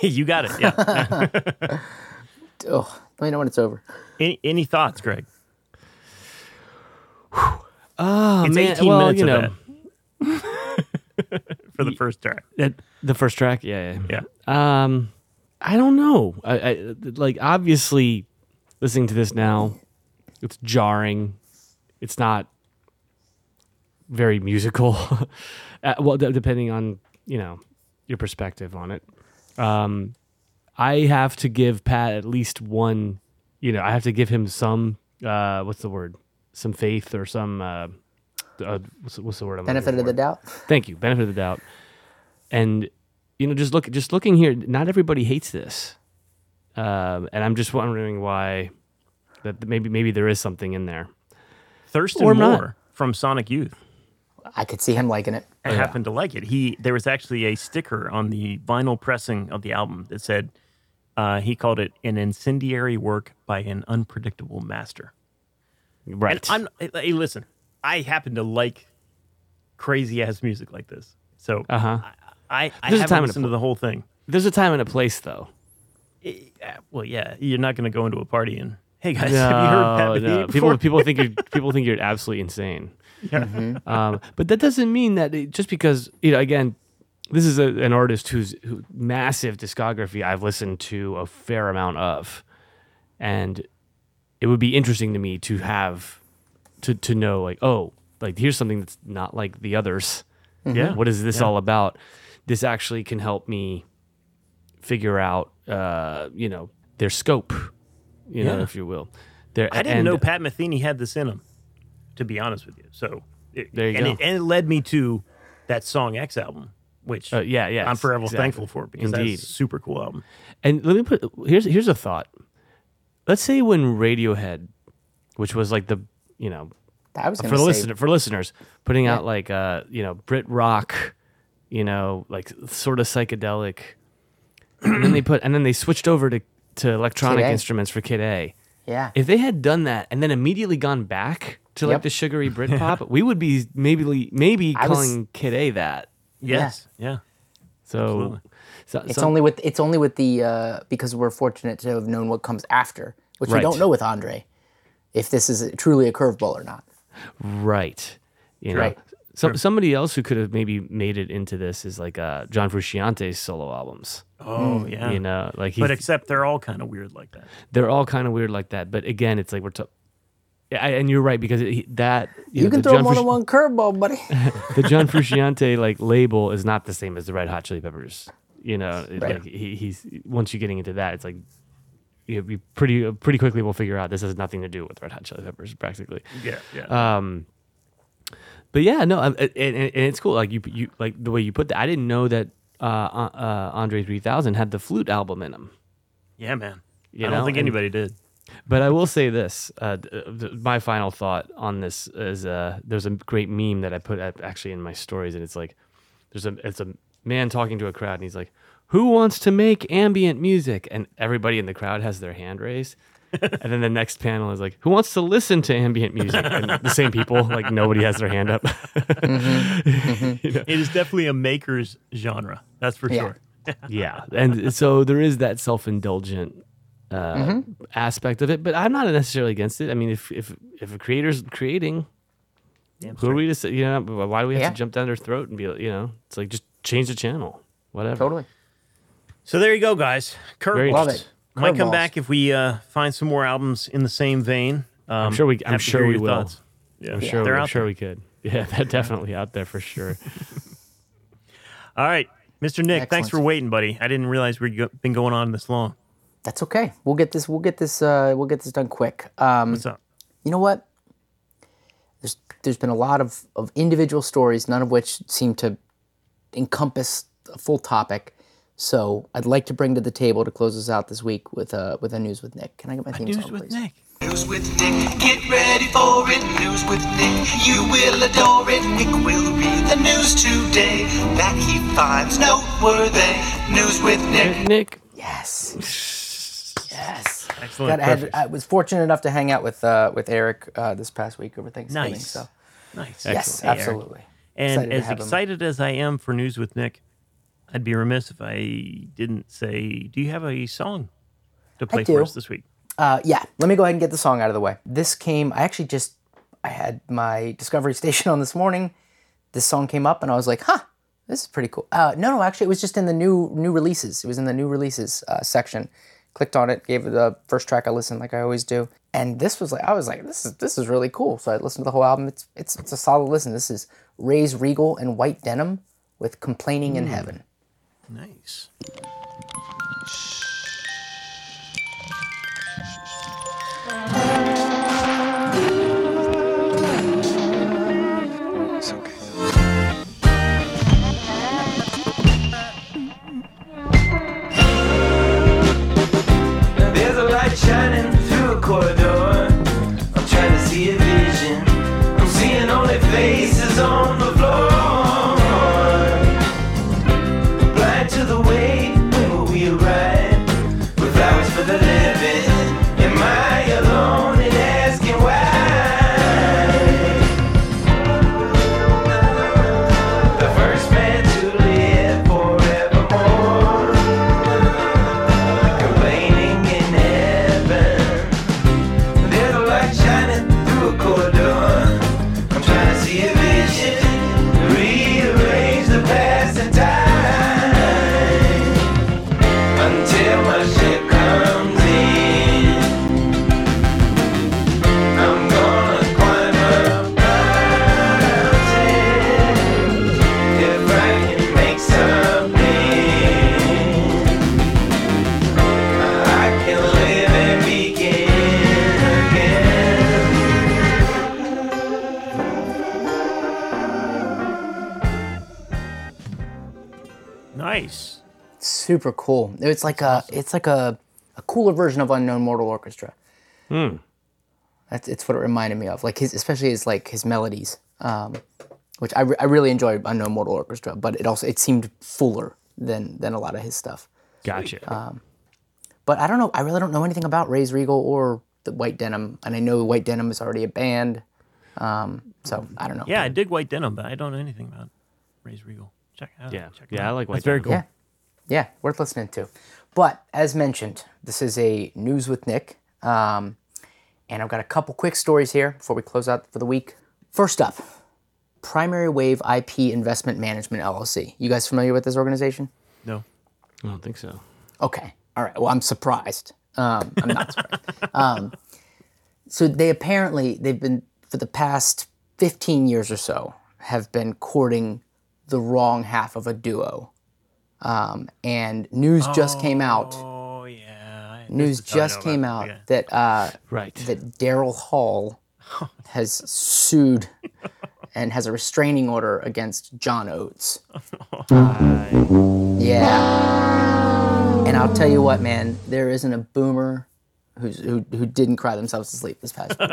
[SPEAKER 1] you got it. Yeah.
[SPEAKER 2] Oh, let me know when it's over.
[SPEAKER 1] any, any thoughts, Greg?
[SPEAKER 3] Oh
[SPEAKER 1] It's
[SPEAKER 3] man,
[SPEAKER 1] 18
[SPEAKER 3] well,
[SPEAKER 1] minutes
[SPEAKER 3] you know,
[SPEAKER 1] of that for the first track.
[SPEAKER 3] that- the first track, yeah, yeah.
[SPEAKER 1] Yeah.
[SPEAKER 3] Um, I don't know. I, I like obviously listening to this now. It's jarring. It's not very musical. uh, well, d- depending on you know your perspective on it. Um, I have to give Pat at least one. You know, I have to give him some. Uh, what's the word? Some faith or some. Uh, uh, what's, what's the word? I'm looking
[SPEAKER 2] Benefit of
[SPEAKER 3] for?
[SPEAKER 2] the doubt.
[SPEAKER 3] Thank you. Benefit of the doubt. And you know, just look, just looking here, not everybody hates this, um, and I'm just wondering why. That maybe maybe there is something in there.
[SPEAKER 1] Thurston
[SPEAKER 3] Or not.
[SPEAKER 1] Moore from Sonic Youth
[SPEAKER 2] I could see him liking it.
[SPEAKER 1] happened to like it. He there was actually a sticker on the vinyl pressing of the album that said uh, he called it an incendiary work by an unpredictable master.
[SPEAKER 3] Right.
[SPEAKER 1] And I'm hey, listen, I happen to like crazy ass music like this. So
[SPEAKER 3] Uh huh.
[SPEAKER 1] I, I
[SPEAKER 3] There's a
[SPEAKER 1] haven't
[SPEAKER 3] time and a
[SPEAKER 1] listened to the whole thing.
[SPEAKER 3] There's a time and a place, though.
[SPEAKER 1] Yeah, well, yeah, you're not going to go into a party and hey guys, have you heard Pat
[SPEAKER 3] No,
[SPEAKER 1] Metheny
[SPEAKER 3] no.
[SPEAKER 1] before?
[SPEAKER 3] people people think you're people think you're absolutely insane.
[SPEAKER 1] Yeah.
[SPEAKER 3] Um, but that doesn't mean that it, just because you know again, this is a, an artist whose who, massive discography I've listened to a fair amount of, and it would be interesting to me to have to to know like oh like here's something that's not like the others.
[SPEAKER 1] Mm-hmm. Yeah.
[SPEAKER 3] What is this all about? This actually can help me figure out uh, you know their scope, you know
[SPEAKER 1] Yeah.
[SPEAKER 3] if you will. Their,
[SPEAKER 1] I didn't
[SPEAKER 3] and-
[SPEAKER 1] know Pat Metheny had this in him, to be honest with you. So it,
[SPEAKER 3] There you
[SPEAKER 1] and
[SPEAKER 3] go.
[SPEAKER 1] It, and it led me to that Song X album, which
[SPEAKER 3] Uh, yeah, yeah.
[SPEAKER 1] I'm forever
[SPEAKER 3] exactly.
[SPEAKER 1] thankful for because
[SPEAKER 3] Indeed.
[SPEAKER 1] that's a super cool album.
[SPEAKER 3] And let me put here's here's a thought. Let's say when Radiohead, which was like the you know
[SPEAKER 2] I was going
[SPEAKER 3] for
[SPEAKER 2] to
[SPEAKER 3] the
[SPEAKER 2] say
[SPEAKER 3] listener for listeners, putting out like uh you know Brit rock, you know like sort of psychedelic, and then they put and then they switched over to to electronic
[SPEAKER 2] Kid A.
[SPEAKER 3] instruments for Kid A.
[SPEAKER 2] Yeah.
[SPEAKER 3] If they had done that and then immediately gone back to like
[SPEAKER 2] Yep.
[SPEAKER 3] the sugary Britpop, we would be maybe maybe
[SPEAKER 2] I was-
[SPEAKER 3] calling Kid A that.
[SPEAKER 1] Yes. Yeah.
[SPEAKER 3] So, so
[SPEAKER 2] it's
[SPEAKER 3] so-
[SPEAKER 2] only with it's only with the uh, because we're fortunate to have known what comes after, which
[SPEAKER 3] Right.
[SPEAKER 2] we don't know with Andre, if this is truly a curveball or not.
[SPEAKER 3] Right. You know,
[SPEAKER 2] Right.
[SPEAKER 3] Some, somebody else who could have maybe made it into this is like uh, John Frusciante's solo albums.
[SPEAKER 1] Oh, yeah.
[SPEAKER 3] Mm, You know, like he,
[SPEAKER 1] but except they're all kind of weird like that.
[SPEAKER 3] they're all kind of weird like that. But again, it's like we're talking. And you're right because it, he- that
[SPEAKER 2] You,
[SPEAKER 3] know,
[SPEAKER 2] can
[SPEAKER 3] the
[SPEAKER 2] throw
[SPEAKER 3] John
[SPEAKER 2] him more
[SPEAKER 3] Frusci-
[SPEAKER 2] than one curveball, buddy.
[SPEAKER 3] the John Frusciante like label is not the same as the Red Hot Chili Peppers. You know, it-
[SPEAKER 2] Right.
[SPEAKER 3] like he, he's once you're getting into that, it's like you, you pretty pretty quickly will figure out this has nothing to do with Red Hot Chili Peppers practically.
[SPEAKER 1] Yeah. Yeah.
[SPEAKER 3] Uh, But yeah, no, um, it, it, and it's cool. Like you, you like the way you put that. I didn't know that uh, uh, Andre 3000 had the flute album in him.
[SPEAKER 1] yeah, man. I
[SPEAKER 3] You
[SPEAKER 1] don't
[SPEAKER 3] know,
[SPEAKER 1] think
[SPEAKER 3] and-
[SPEAKER 1] anybody did.
[SPEAKER 3] But I will say this: uh, th- th- my final thought on this is uh, there's a great meme that I put up actually in my stories, and it's like there's a it's a man talking to a crowd, and he's like, "Who wants to make ambient music?" And everybody in the crowd has their hand raised. and then the next panel is like, "Who wants to listen to ambient music?" And the same people, like nobody has their hand up.
[SPEAKER 1] It is definitely a maker's genre. That's for
[SPEAKER 2] Yeah.
[SPEAKER 1] sure.
[SPEAKER 3] yeah and so there is that self-indulgent uh,
[SPEAKER 2] Mm-hmm.
[SPEAKER 3] aspect of it but i'm not necessarily against it i mean if if if a creator's creating who are we to say you know why do we have
[SPEAKER 2] Yeah.
[SPEAKER 3] to jump down their throat and be like, you know it's like just change the channel whatever
[SPEAKER 2] totally.
[SPEAKER 1] So there you go, guys.
[SPEAKER 3] Very
[SPEAKER 1] Curve
[SPEAKER 2] Love
[SPEAKER 3] Just
[SPEAKER 2] it.
[SPEAKER 1] might come
[SPEAKER 2] Curveballs.
[SPEAKER 1] back if we uh, find some more albums in the same vein. Um,
[SPEAKER 3] i'm sure Oh, we
[SPEAKER 1] have
[SPEAKER 3] i'm
[SPEAKER 1] to
[SPEAKER 3] sure
[SPEAKER 1] hear
[SPEAKER 3] we
[SPEAKER 1] your
[SPEAKER 3] will
[SPEAKER 1] thoughts. Yeah,
[SPEAKER 3] i'm sure,
[SPEAKER 1] they're
[SPEAKER 3] we, I'm
[SPEAKER 1] out
[SPEAKER 3] sure
[SPEAKER 1] there.
[SPEAKER 3] we could yeah they're definitely out there for sure
[SPEAKER 1] All right, Mr. Nick, thanks
[SPEAKER 2] Excellent.
[SPEAKER 1] for waiting, buddy. I didn't realize we'd go- been going on this long.
[SPEAKER 2] That's okay. We'll get this. We'll get this. Uh, we'll get this done quick. Um,
[SPEAKER 1] What's up?
[SPEAKER 2] you know what? There's there's been a lot of, of individual stories, none of which seem to encompass a full topic. So I'd like to bring to the table to close us out this week with a with a news with Nick. Can I get my theme
[SPEAKER 1] News
[SPEAKER 2] song,
[SPEAKER 1] with
[SPEAKER 2] please?
[SPEAKER 1] Nick.
[SPEAKER 8] News with Nick. Get ready for it. News
[SPEAKER 5] with Nick. You will adore it. Nick will read the news today that he finds noteworthy. News with Nick.
[SPEAKER 3] Nick.
[SPEAKER 2] Yes. Yes.
[SPEAKER 1] Excellent.
[SPEAKER 2] God, I, had,
[SPEAKER 1] Perfect.
[SPEAKER 2] I was fortunate enough to hang out with uh, with Eric uh, this past week over Thanksgiving.
[SPEAKER 1] Nice.
[SPEAKER 2] So
[SPEAKER 1] Nice.
[SPEAKER 2] yes,
[SPEAKER 1] Hey, Eric.
[SPEAKER 2] absolutely.
[SPEAKER 1] And
[SPEAKER 2] Excited to
[SPEAKER 1] as
[SPEAKER 2] have him.
[SPEAKER 1] excited as I am for News with Nick, I'd be remiss if I didn't say, do you have a song to play for
[SPEAKER 2] do.
[SPEAKER 1] us this week?
[SPEAKER 2] Uh, yeah, let me go ahead and get the song out of the way. This came. I actually just I had my Discovery Station on this morning. This song came up, and I was like, "Huh, this is pretty cool." Uh, no, no, actually, it was just in the new new releases. It was in the new releases uh, section. Clicked on it, gave it the first track I listened, like I always do. And this was like, I was like, "This is this is really cool." So I listened to the whole album. It's it's it's a solid listen. This is Ray's Regal and White Denim with "Complaining in Heaven."
[SPEAKER 1] Nice.
[SPEAKER 8] It's okay.
[SPEAKER 5] There's a light shining through a corridor. I'm trying to see a vision. I'm seeing only faces on the floor. Blind to the way when will we arrive? With hours for the living. Am I alone in asking why? The first man to live forevermore complaining in heaven. There's a light shining through a corridor. I'm trying to see a vision, rearrange the passing time until my ship comes in. I'm gonna climb a mountain if I can make something. I can live and begin again.
[SPEAKER 1] Nice.
[SPEAKER 2] super cool. It's like a it's like a, a cooler version of Unknown Mortal Orchestra. That's it's what it reminded me of. Like his especially his like his melodies, um, which I, re- I really enjoyed Unknown Mortal Orchestra, but it also it seemed fuller than than a lot of his stuff.
[SPEAKER 3] Gotcha.
[SPEAKER 2] Um, But I don't know. I really don't know anything about Ray's Regal or the White Denim, and I know White Denim is already a band. Um, so I don't know.
[SPEAKER 1] Yeah, I dig White Denim, but I don't know anything about Ray's Regal. Check it out.
[SPEAKER 3] Yeah.
[SPEAKER 1] Check it
[SPEAKER 3] Yeah,
[SPEAKER 1] out.
[SPEAKER 3] I like White
[SPEAKER 1] That's very
[SPEAKER 3] Denim.
[SPEAKER 1] cool.
[SPEAKER 2] Yeah. Yeah, worth listening to. But as mentioned, this is a News with Nick. Um, and I've got a couple quick stories here before we close out for the week. First up, Primary Wave IP Investment Management LLC. You guys familiar with this organization?
[SPEAKER 1] No.
[SPEAKER 3] I don't think so.
[SPEAKER 2] Okay. All right. Well, I'm surprised. Um, I'm not surprised. Um, so they apparently they've been for the past 15 years or so have been courting the wrong half of a duo. Um, and news just came out.
[SPEAKER 1] Oh, yeah.
[SPEAKER 2] News just came out that uh,
[SPEAKER 3] Right.
[SPEAKER 2] that Daryl Hall has sued and has a restraining order against John Oates. yeah. And I'll tell you what, man, there isn't a boomer who's, who who didn't cry themselves to sleep this past week.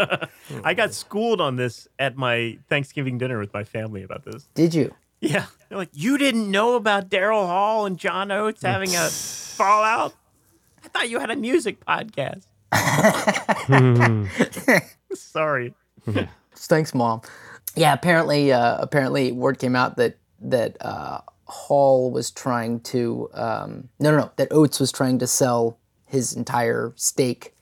[SPEAKER 1] I got schooled on this at my Thanksgiving dinner with my family about this.
[SPEAKER 2] Did you?
[SPEAKER 1] Yeah. They're like, you didn't know about Daryl Hall and John Oates having a fallout? I thought you had a music podcast. Sorry.
[SPEAKER 2] Thanks, mom. Yeah, apparently, uh, apparently, word came out that that uh, Hall was trying to um, no, no, no, that Oates was trying to sell his entire stake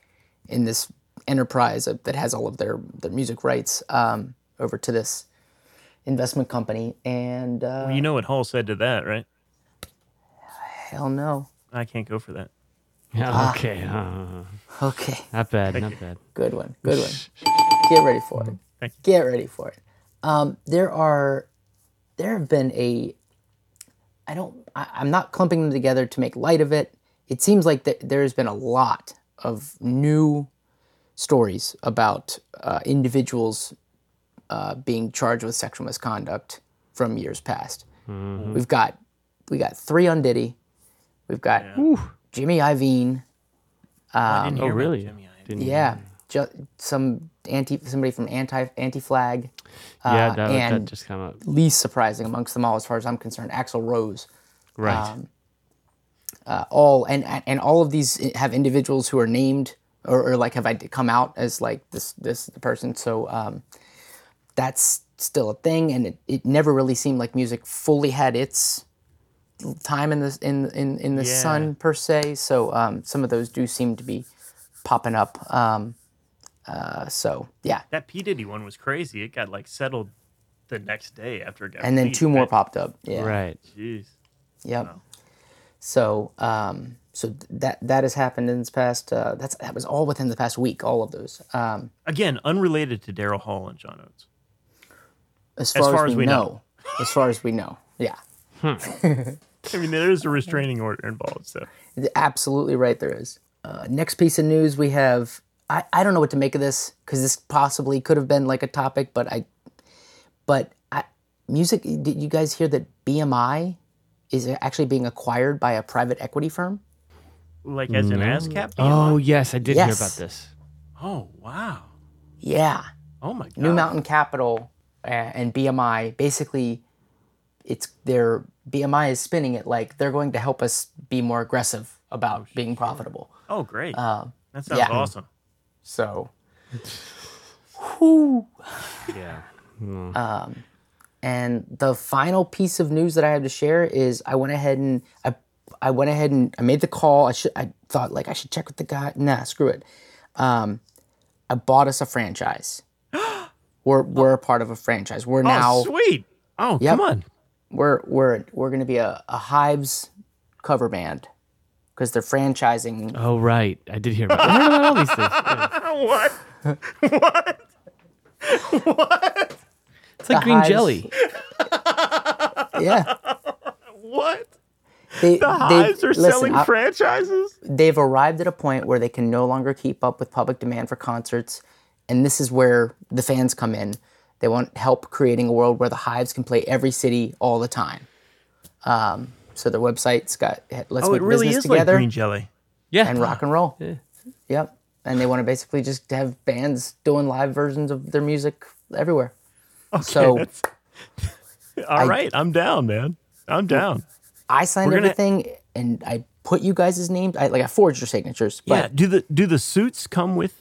[SPEAKER 2] in this enterprise that that has all of their their music rights um, over to this investment company, and uh,
[SPEAKER 1] You know what Hall said to that, right?
[SPEAKER 2] hell no.
[SPEAKER 1] I can't go for that.
[SPEAKER 3] Yeah, okay. Uh,
[SPEAKER 2] Okay,
[SPEAKER 3] not bad. Not bad.
[SPEAKER 2] good one, good one. Get ready for it.
[SPEAKER 1] Mm-hmm. Thank you.
[SPEAKER 2] Get ready for it. Um, there are, there have been a, I don't, I, I'm not clumping them together to make light of it. It seems like th- there has been a lot of new stories about uh, individuals uh, being charged with sexual misconduct from years past.
[SPEAKER 1] Mm-hmm.
[SPEAKER 2] We've got, we got three on Diddy. We've got Jimmy Iovine.
[SPEAKER 1] I didn't hear
[SPEAKER 3] Oh,
[SPEAKER 1] about
[SPEAKER 3] really?
[SPEAKER 1] Jimmy Iovine.
[SPEAKER 3] Didn't-
[SPEAKER 2] Yeah, ju- some anti somebody from anti anti flag.
[SPEAKER 3] yeah,
[SPEAKER 2] uh,
[SPEAKER 3] that, that
[SPEAKER 2] and-
[SPEAKER 3] just kind of
[SPEAKER 2] Least surprising amongst them all, as far as I'm concerned, Axl Rose. Uh,
[SPEAKER 3] right.
[SPEAKER 2] um, all and and all of these have individuals who are named or, or like have I come out as like this this person so um, that's still a thing and it, it never really seemed like music fully had its time in the in in, in the
[SPEAKER 1] Yeah.
[SPEAKER 2] sun per se so um, some of those do seem to be popping up um, uh, so yeah
[SPEAKER 1] That P Diddy one was crazy. It got like settled the next day after it got
[SPEAKER 2] and then
[SPEAKER 1] released,
[SPEAKER 2] two more
[SPEAKER 1] right?
[SPEAKER 2] popped up yeah
[SPEAKER 3] right.
[SPEAKER 1] Jeez.
[SPEAKER 2] Yep. So um, so th- that that has happened in this past. Uh, that's that was all within the past week. All of those. Um,
[SPEAKER 1] Again, unrelated to Daryl Hall and John Oates.
[SPEAKER 2] as, far as, we, know. as far as we know. Yeah.
[SPEAKER 1] I mean, there is a restraining order involved. So
[SPEAKER 2] Th- Absolutely right. There is. Uh, next piece of news we have. I, I don't know what to make of this because this possibly could have been like a topic, but I, but I, music. Did you guys hear that BMI is actually being acquired by a private equity firm?
[SPEAKER 1] like as an ASCAP.
[SPEAKER 3] Oh yes, I did hear about
[SPEAKER 2] Yes.
[SPEAKER 3] this.
[SPEAKER 1] Oh wow.
[SPEAKER 2] Yeah.
[SPEAKER 1] Oh my god.
[SPEAKER 2] New Mountain Capital uh, and BMI basically it's their BMI is spinning it like they're going to help us be more aggressive about being profitable.
[SPEAKER 1] Oh great. that sounds
[SPEAKER 2] Uh, yeah.
[SPEAKER 1] awesome.
[SPEAKER 2] So
[SPEAKER 3] Yeah.
[SPEAKER 1] Mm.
[SPEAKER 2] Um, and the final piece of news that I have to share is I went ahead and I I went ahead and I made the call. I should I thought like I should check with the guy. Nah, screw it. Um, I bought us a franchise. we're we're a part of a franchise. We're now
[SPEAKER 1] Oh sweet. Oh
[SPEAKER 2] Yep.
[SPEAKER 1] come on.
[SPEAKER 2] we're we're we're going to be a, a Hives cover band because they're franchising.
[SPEAKER 3] Oh right, I did hear about, I heard about all these things. Yeah.
[SPEAKER 1] What?
[SPEAKER 3] It's like
[SPEAKER 2] The
[SPEAKER 3] green
[SPEAKER 2] hives.
[SPEAKER 3] jelly.
[SPEAKER 2] Yeah,
[SPEAKER 1] What?
[SPEAKER 2] they,
[SPEAKER 1] The Hives are selling
[SPEAKER 2] I-
[SPEAKER 1] franchises.
[SPEAKER 2] they've arrived at a point where they can no longer keep up with public demand for concerts, and this is where the fans come in. They want help creating a world where the Hives can play every city all the time. Um, so their website's got let's
[SPEAKER 1] Oh,
[SPEAKER 2] make
[SPEAKER 1] it really
[SPEAKER 2] business
[SPEAKER 1] is
[SPEAKER 2] together
[SPEAKER 1] like green jelly.
[SPEAKER 3] Yeah.
[SPEAKER 2] and rock and roll. Yep, and they want to basically just have bands doing live versions of their music everywhere. so
[SPEAKER 1] that's- All right, I'm down, man. I'm down.
[SPEAKER 2] I signed
[SPEAKER 1] We're gonna-
[SPEAKER 2] everything and I put you guys' names. I like I forged your signatures.
[SPEAKER 1] Yeah.
[SPEAKER 2] But
[SPEAKER 1] Do the do the suits come with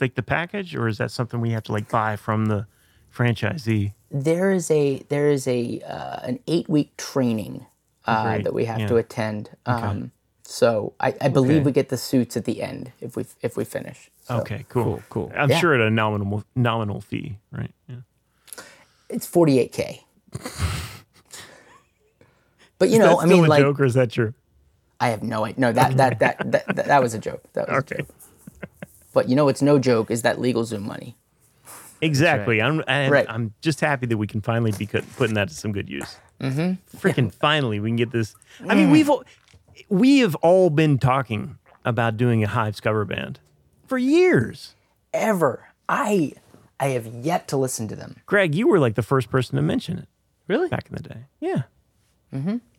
[SPEAKER 1] like the package, or is that something we have to like buy from the franchisee?
[SPEAKER 2] there is a there is a uh, an eight week training uh,
[SPEAKER 1] Great,
[SPEAKER 2] that we have
[SPEAKER 1] yeah.
[SPEAKER 2] to attend. Um, So I, I believe we get the suits at the end if we if we finish. So
[SPEAKER 1] Okay, cool,
[SPEAKER 3] Cool, cool.
[SPEAKER 1] I'm
[SPEAKER 2] Yeah.
[SPEAKER 1] sure at a nominal nominal fee, right? Yeah.
[SPEAKER 2] It's forty eight k. But you
[SPEAKER 1] Is
[SPEAKER 2] know,
[SPEAKER 1] that
[SPEAKER 2] I
[SPEAKER 1] still
[SPEAKER 2] mean,
[SPEAKER 1] a
[SPEAKER 2] like
[SPEAKER 1] joke, or is that true?
[SPEAKER 2] I have no idea. No, that that that that, that, that was a joke. That was a
[SPEAKER 1] Okay,
[SPEAKER 2] joke. But you know, what's no joke is that legal Zoom money.
[SPEAKER 1] exactly. I'm and
[SPEAKER 2] Right.
[SPEAKER 1] I'm just happy that we can finally be co- putting that to some good use. Mm-hmm. Freaking finally, we can get this. I
[SPEAKER 2] Mm.
[SPEAKER 1] mean, we've all, we have all been talking about doing a Hives cover band for years.
[SPEAKER 2] Ever, I I have yet to listen to them.
[SPEAKER 1] Greg, you were like the first person to mention it
[SPEAKER 3] Really?
[SPEAKER 1] back in the day. Yeah,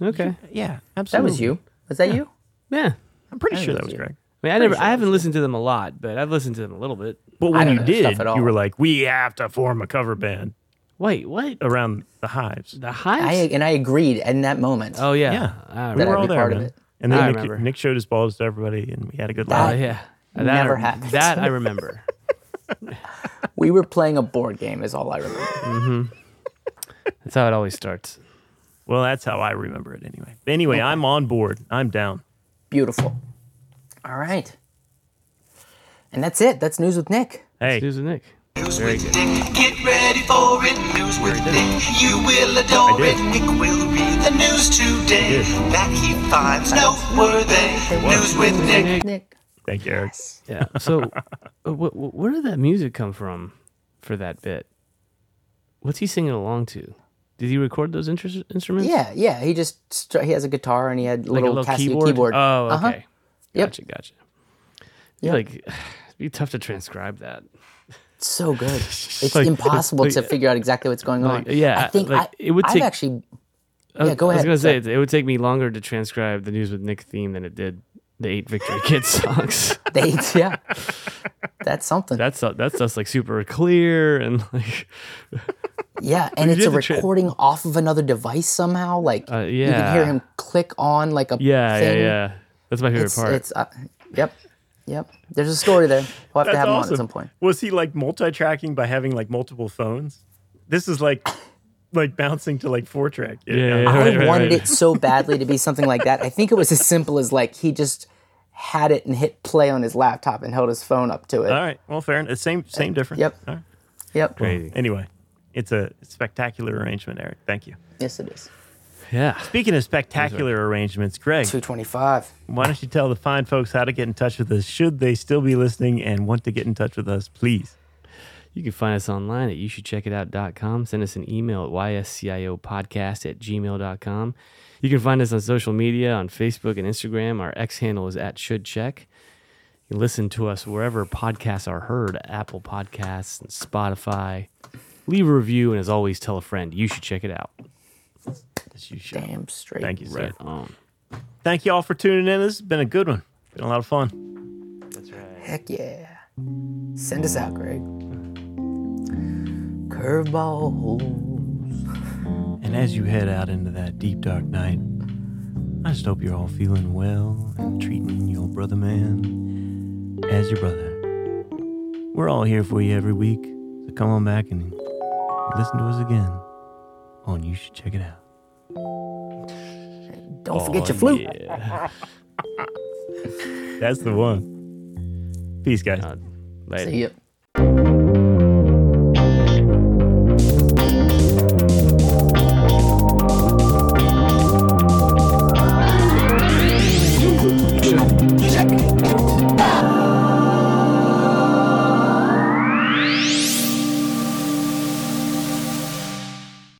[SPEAKER 3] Okay.
[SPEAKER 1] yeah,
[SPEAKER 2] That
[SPEAKER 1] absolutely.
[SPEAKER 2] was you. Was that you?
[SPEAKER 3] Yeah.
[SPEAKER 1] I'm pretty sure that
[SPEAKER 2] was
[SPEAKER 1] was
[SPEAKER 2] you.
[SPEAKER 1] Greg.
[SPEAKER 3] I mean, I never, I haven't listened to them a lot, but I've listened to them a little bit.
[SPEAKER 1] But
[SPEAKER 2] I
[SPEAKER 1] when
[SPEAKER 2] don't
[SPEAKER 1] you
[SPEAKER 2] know stuff
[SPEAKER 1] did,
[SPEAKER 2] at all.
[SPEAKER 1] you were like, "We have to form a cover band
[SPEAKER 3] Wait, what?
[SPEAKER 1] around the Hives."
[SPEAKER 3] The
[SPEAKER 2] I
[SPEAKER 3] hives?
[SPEAKER 2] and I agreed in that moment.
[SPEAKER 3] oh yeah.
[SPEAKER 1] Yeah,
[SPEAKER 3] I
[SPEAKER 1] we
[SPEAKER 2] uh, That
[SPEAKER 1] were
[SPEAKER 2] I'd
[SPEAKER 1] all
[SPEAKER 2] be
[SPEAKER 1] there,
[SPEAKER 2] part of
[SPEAKER 1] man.
[SPEAKER 2] it.
[SPEAKER 1] And then
[SPEAKER 3] I
[SPEAKER 1] Nick,
[SPEAKER 3] remember.
[SPEAKER 1] Nick showed his balls to everybody, and we had a good
[SPEAKER 3] Oh
[SPEAKER 1] laugh.
[SPEAKER 3] yeah. That
[SPEAKER 2] Never
[SPEAKER 3] I,
[SPEAKER 2] happened.
[SPEAKER 3] That I remember.
[SPEAKER 2] We were playing a board game, is all I remember.
[SPEAKER 3] That's how it always starts.
[SPEAKER 1] Well, that's how I remember it anyway. Anyway, I'm on board. I'm down.
[SPEAKER 2] Beautiful. All right. And that's it. That's news with Nick.
[SPEAKER 1] Hey,
[SPEAKER 3] Susan Nick.
[SPEAKER 5] News
[SPEAKER 3] Very
[SPEAKER 5] with
[SPEAKER 3] good.
[SPEAKER 5] Nick, get ready for it. News with Nick, you will adore
[SPEAKER 1] did.
[SPEAKER 5] it. Nick will read the news today
[SPEAKER 1] did.
[SPEAKER 5] that he finds noteworthy. News with Nick.
[SPEAKER 2] Nick.
[SPEAKER 1] thank you, Eric.
[SPEAKER 3] Yeah. So, uh, wh- wh- where did that music come from for that bit? What's he singing along to? Did he record those intr- instruments?
[SPEAKER 2] Yeah, yeah. He just str- he has a guitar and he had a
[SPEAKER 3] Like
[SPEAKER 2] little,
[SPEAKER 3] a little
[SPEAKER 2] Casio
[SPEAKER 3] keyboard?
[SPEAKER 2] keyboard.
[SPEAKER 3] Oh, okay.
[SPEAKER 2] Uh-huh. Yep.
[SPEAKER 3] Gotcha, gotcha.
[SPEAKER 2] Yep.
[SPEAKER 3] Like, it'd be tough to transcribe that.
[SPEAKER 2] It's so good. It's
[SPEAKER 3] Like-
[SPEAKER 2] impossible
[SPEAKER 3] like-
[SPEAKER 2] to figure out exactly what's going on.
[SPEAKER 3] Like, yeah,
[SPEAKER 2] I think
[SPEAKER 3] like,
[SPEAKER 2] I,
[SPEAKER 3] it would
[SPEAKER 2] I've
[SPEAKER 3] take-
[SPEAKER 2] actually.
[SPEAKER 3] I was-
[SPEAKER 2] Yeah, go
[SPEAKER 3] Oh, I was
[SPEAKER 2] ahead.
[SPEAKER 3] gonna say
[SPEAKER 2] Sorry.
[SPEAKER 3] it, it would take me longer to transcribe the news with Nick theme than it did the eight Victory Kids songs.
[SPEAKER 2] They, yeah. That's something.
[SPEAKER 3] That's that's just like super clear and like
[SPEAKER 2] yeah, and it's a
[SPEAKER 3] did the tra-
[SPEAKER 2] recording off of another device somehow. Like
[SPEAKER 3] Uh,
[SPEAKER 2] you can hear
[SPEAKER 3] yeah.
[SPEAKER 2] him click on like a
[SPEAKER 3] yeah, yeah,
[SPEAKER 2] thing.
[SPEAKER 3] yeah. That's my favorite
[SPEAKER 2] It's,
[SPEAKER 3] part.
[SPEAKER 2] it's uh, yep, yep. There's a story there. We'll have
[SPEAKER 1] That's
[SPEAKER 2] to have him on
[SPEAKER 1] awesome.
[SPEAKER 2] at some point.
[SPEAKER 1] Was he like multi-tracking by having like multiple phones? This is like like bouncing to like four track.
[SPEAKER 3] yeah, yeah,
[SPEAKER 2] I
[SPEAKER 3] right, right,
[SPEAKER 2] wanted
[SPEAKER 3] right.
[SPEAKER 2] it so badly to be something like that. I think it was as simple as like he just had it and hit play on his laptop and held his phone up to it.
[SPEAKER 1] All right. Well, fair enough. Same same difference.
[SPEAKER 2] Yep.
[SPEAKER 1] All right.
[SPEAKER 2] Yep.
[SPEAKER 3] Crazy.
[SPEAKER 1] Anyway, it's a spectacular arrangement, Eric. Thank you.
[SPEAKER 2] Yes, it is.
[SPEAKER 3] Yeah.
[SPEAKER 1] Speaking of spectacular arrangements, Greg,
[SPEAKER 2] Two twenty-five.
[SPEAKER 1] why don't you tell the fine folks how to get in touch with us? Should they still be listening and want to get in touch with us, please?
[SPEAKER 3] You can find us online at you should check it out.com. Send us an email at ysciopodcast at gmail.com. You can find us on social media on Facebook and Instagram. Our X handle is at should check. You can listen to us wherever podcasts are heard Apple Podcasts and Spotify. Leave a review, and as always, tell a friend. You should check it out.
[SPEAKER 1] As you should.
[SPEAKER 2] Damn straight.
[SPEAKER 1] Thank you, sir.
[SPEAKER 3] Right on.
[SPEAKER 1] Thank you all for tuning in. This has been a good one. Been a lot of fun.
[SPEAKER 2] Heck yeah. Send us out, Greg. Curveball holes.
[SPEAKER 1] And as you head out into that deep dark night, I just hope you're all feeling well and treating your brother man as your brother. We're all here for you every week, so come on back and listen to us again on You Should Check It Out.
[SPEAKER 2] Don't forget
[SPEAKER 1] Oh,
[SPEAKER 2] your flute.
[SPEAKER 1] That's the one. Peace, guys.
[SPEAKER 3] uh, Later.
[SPEAKER 2] See ya.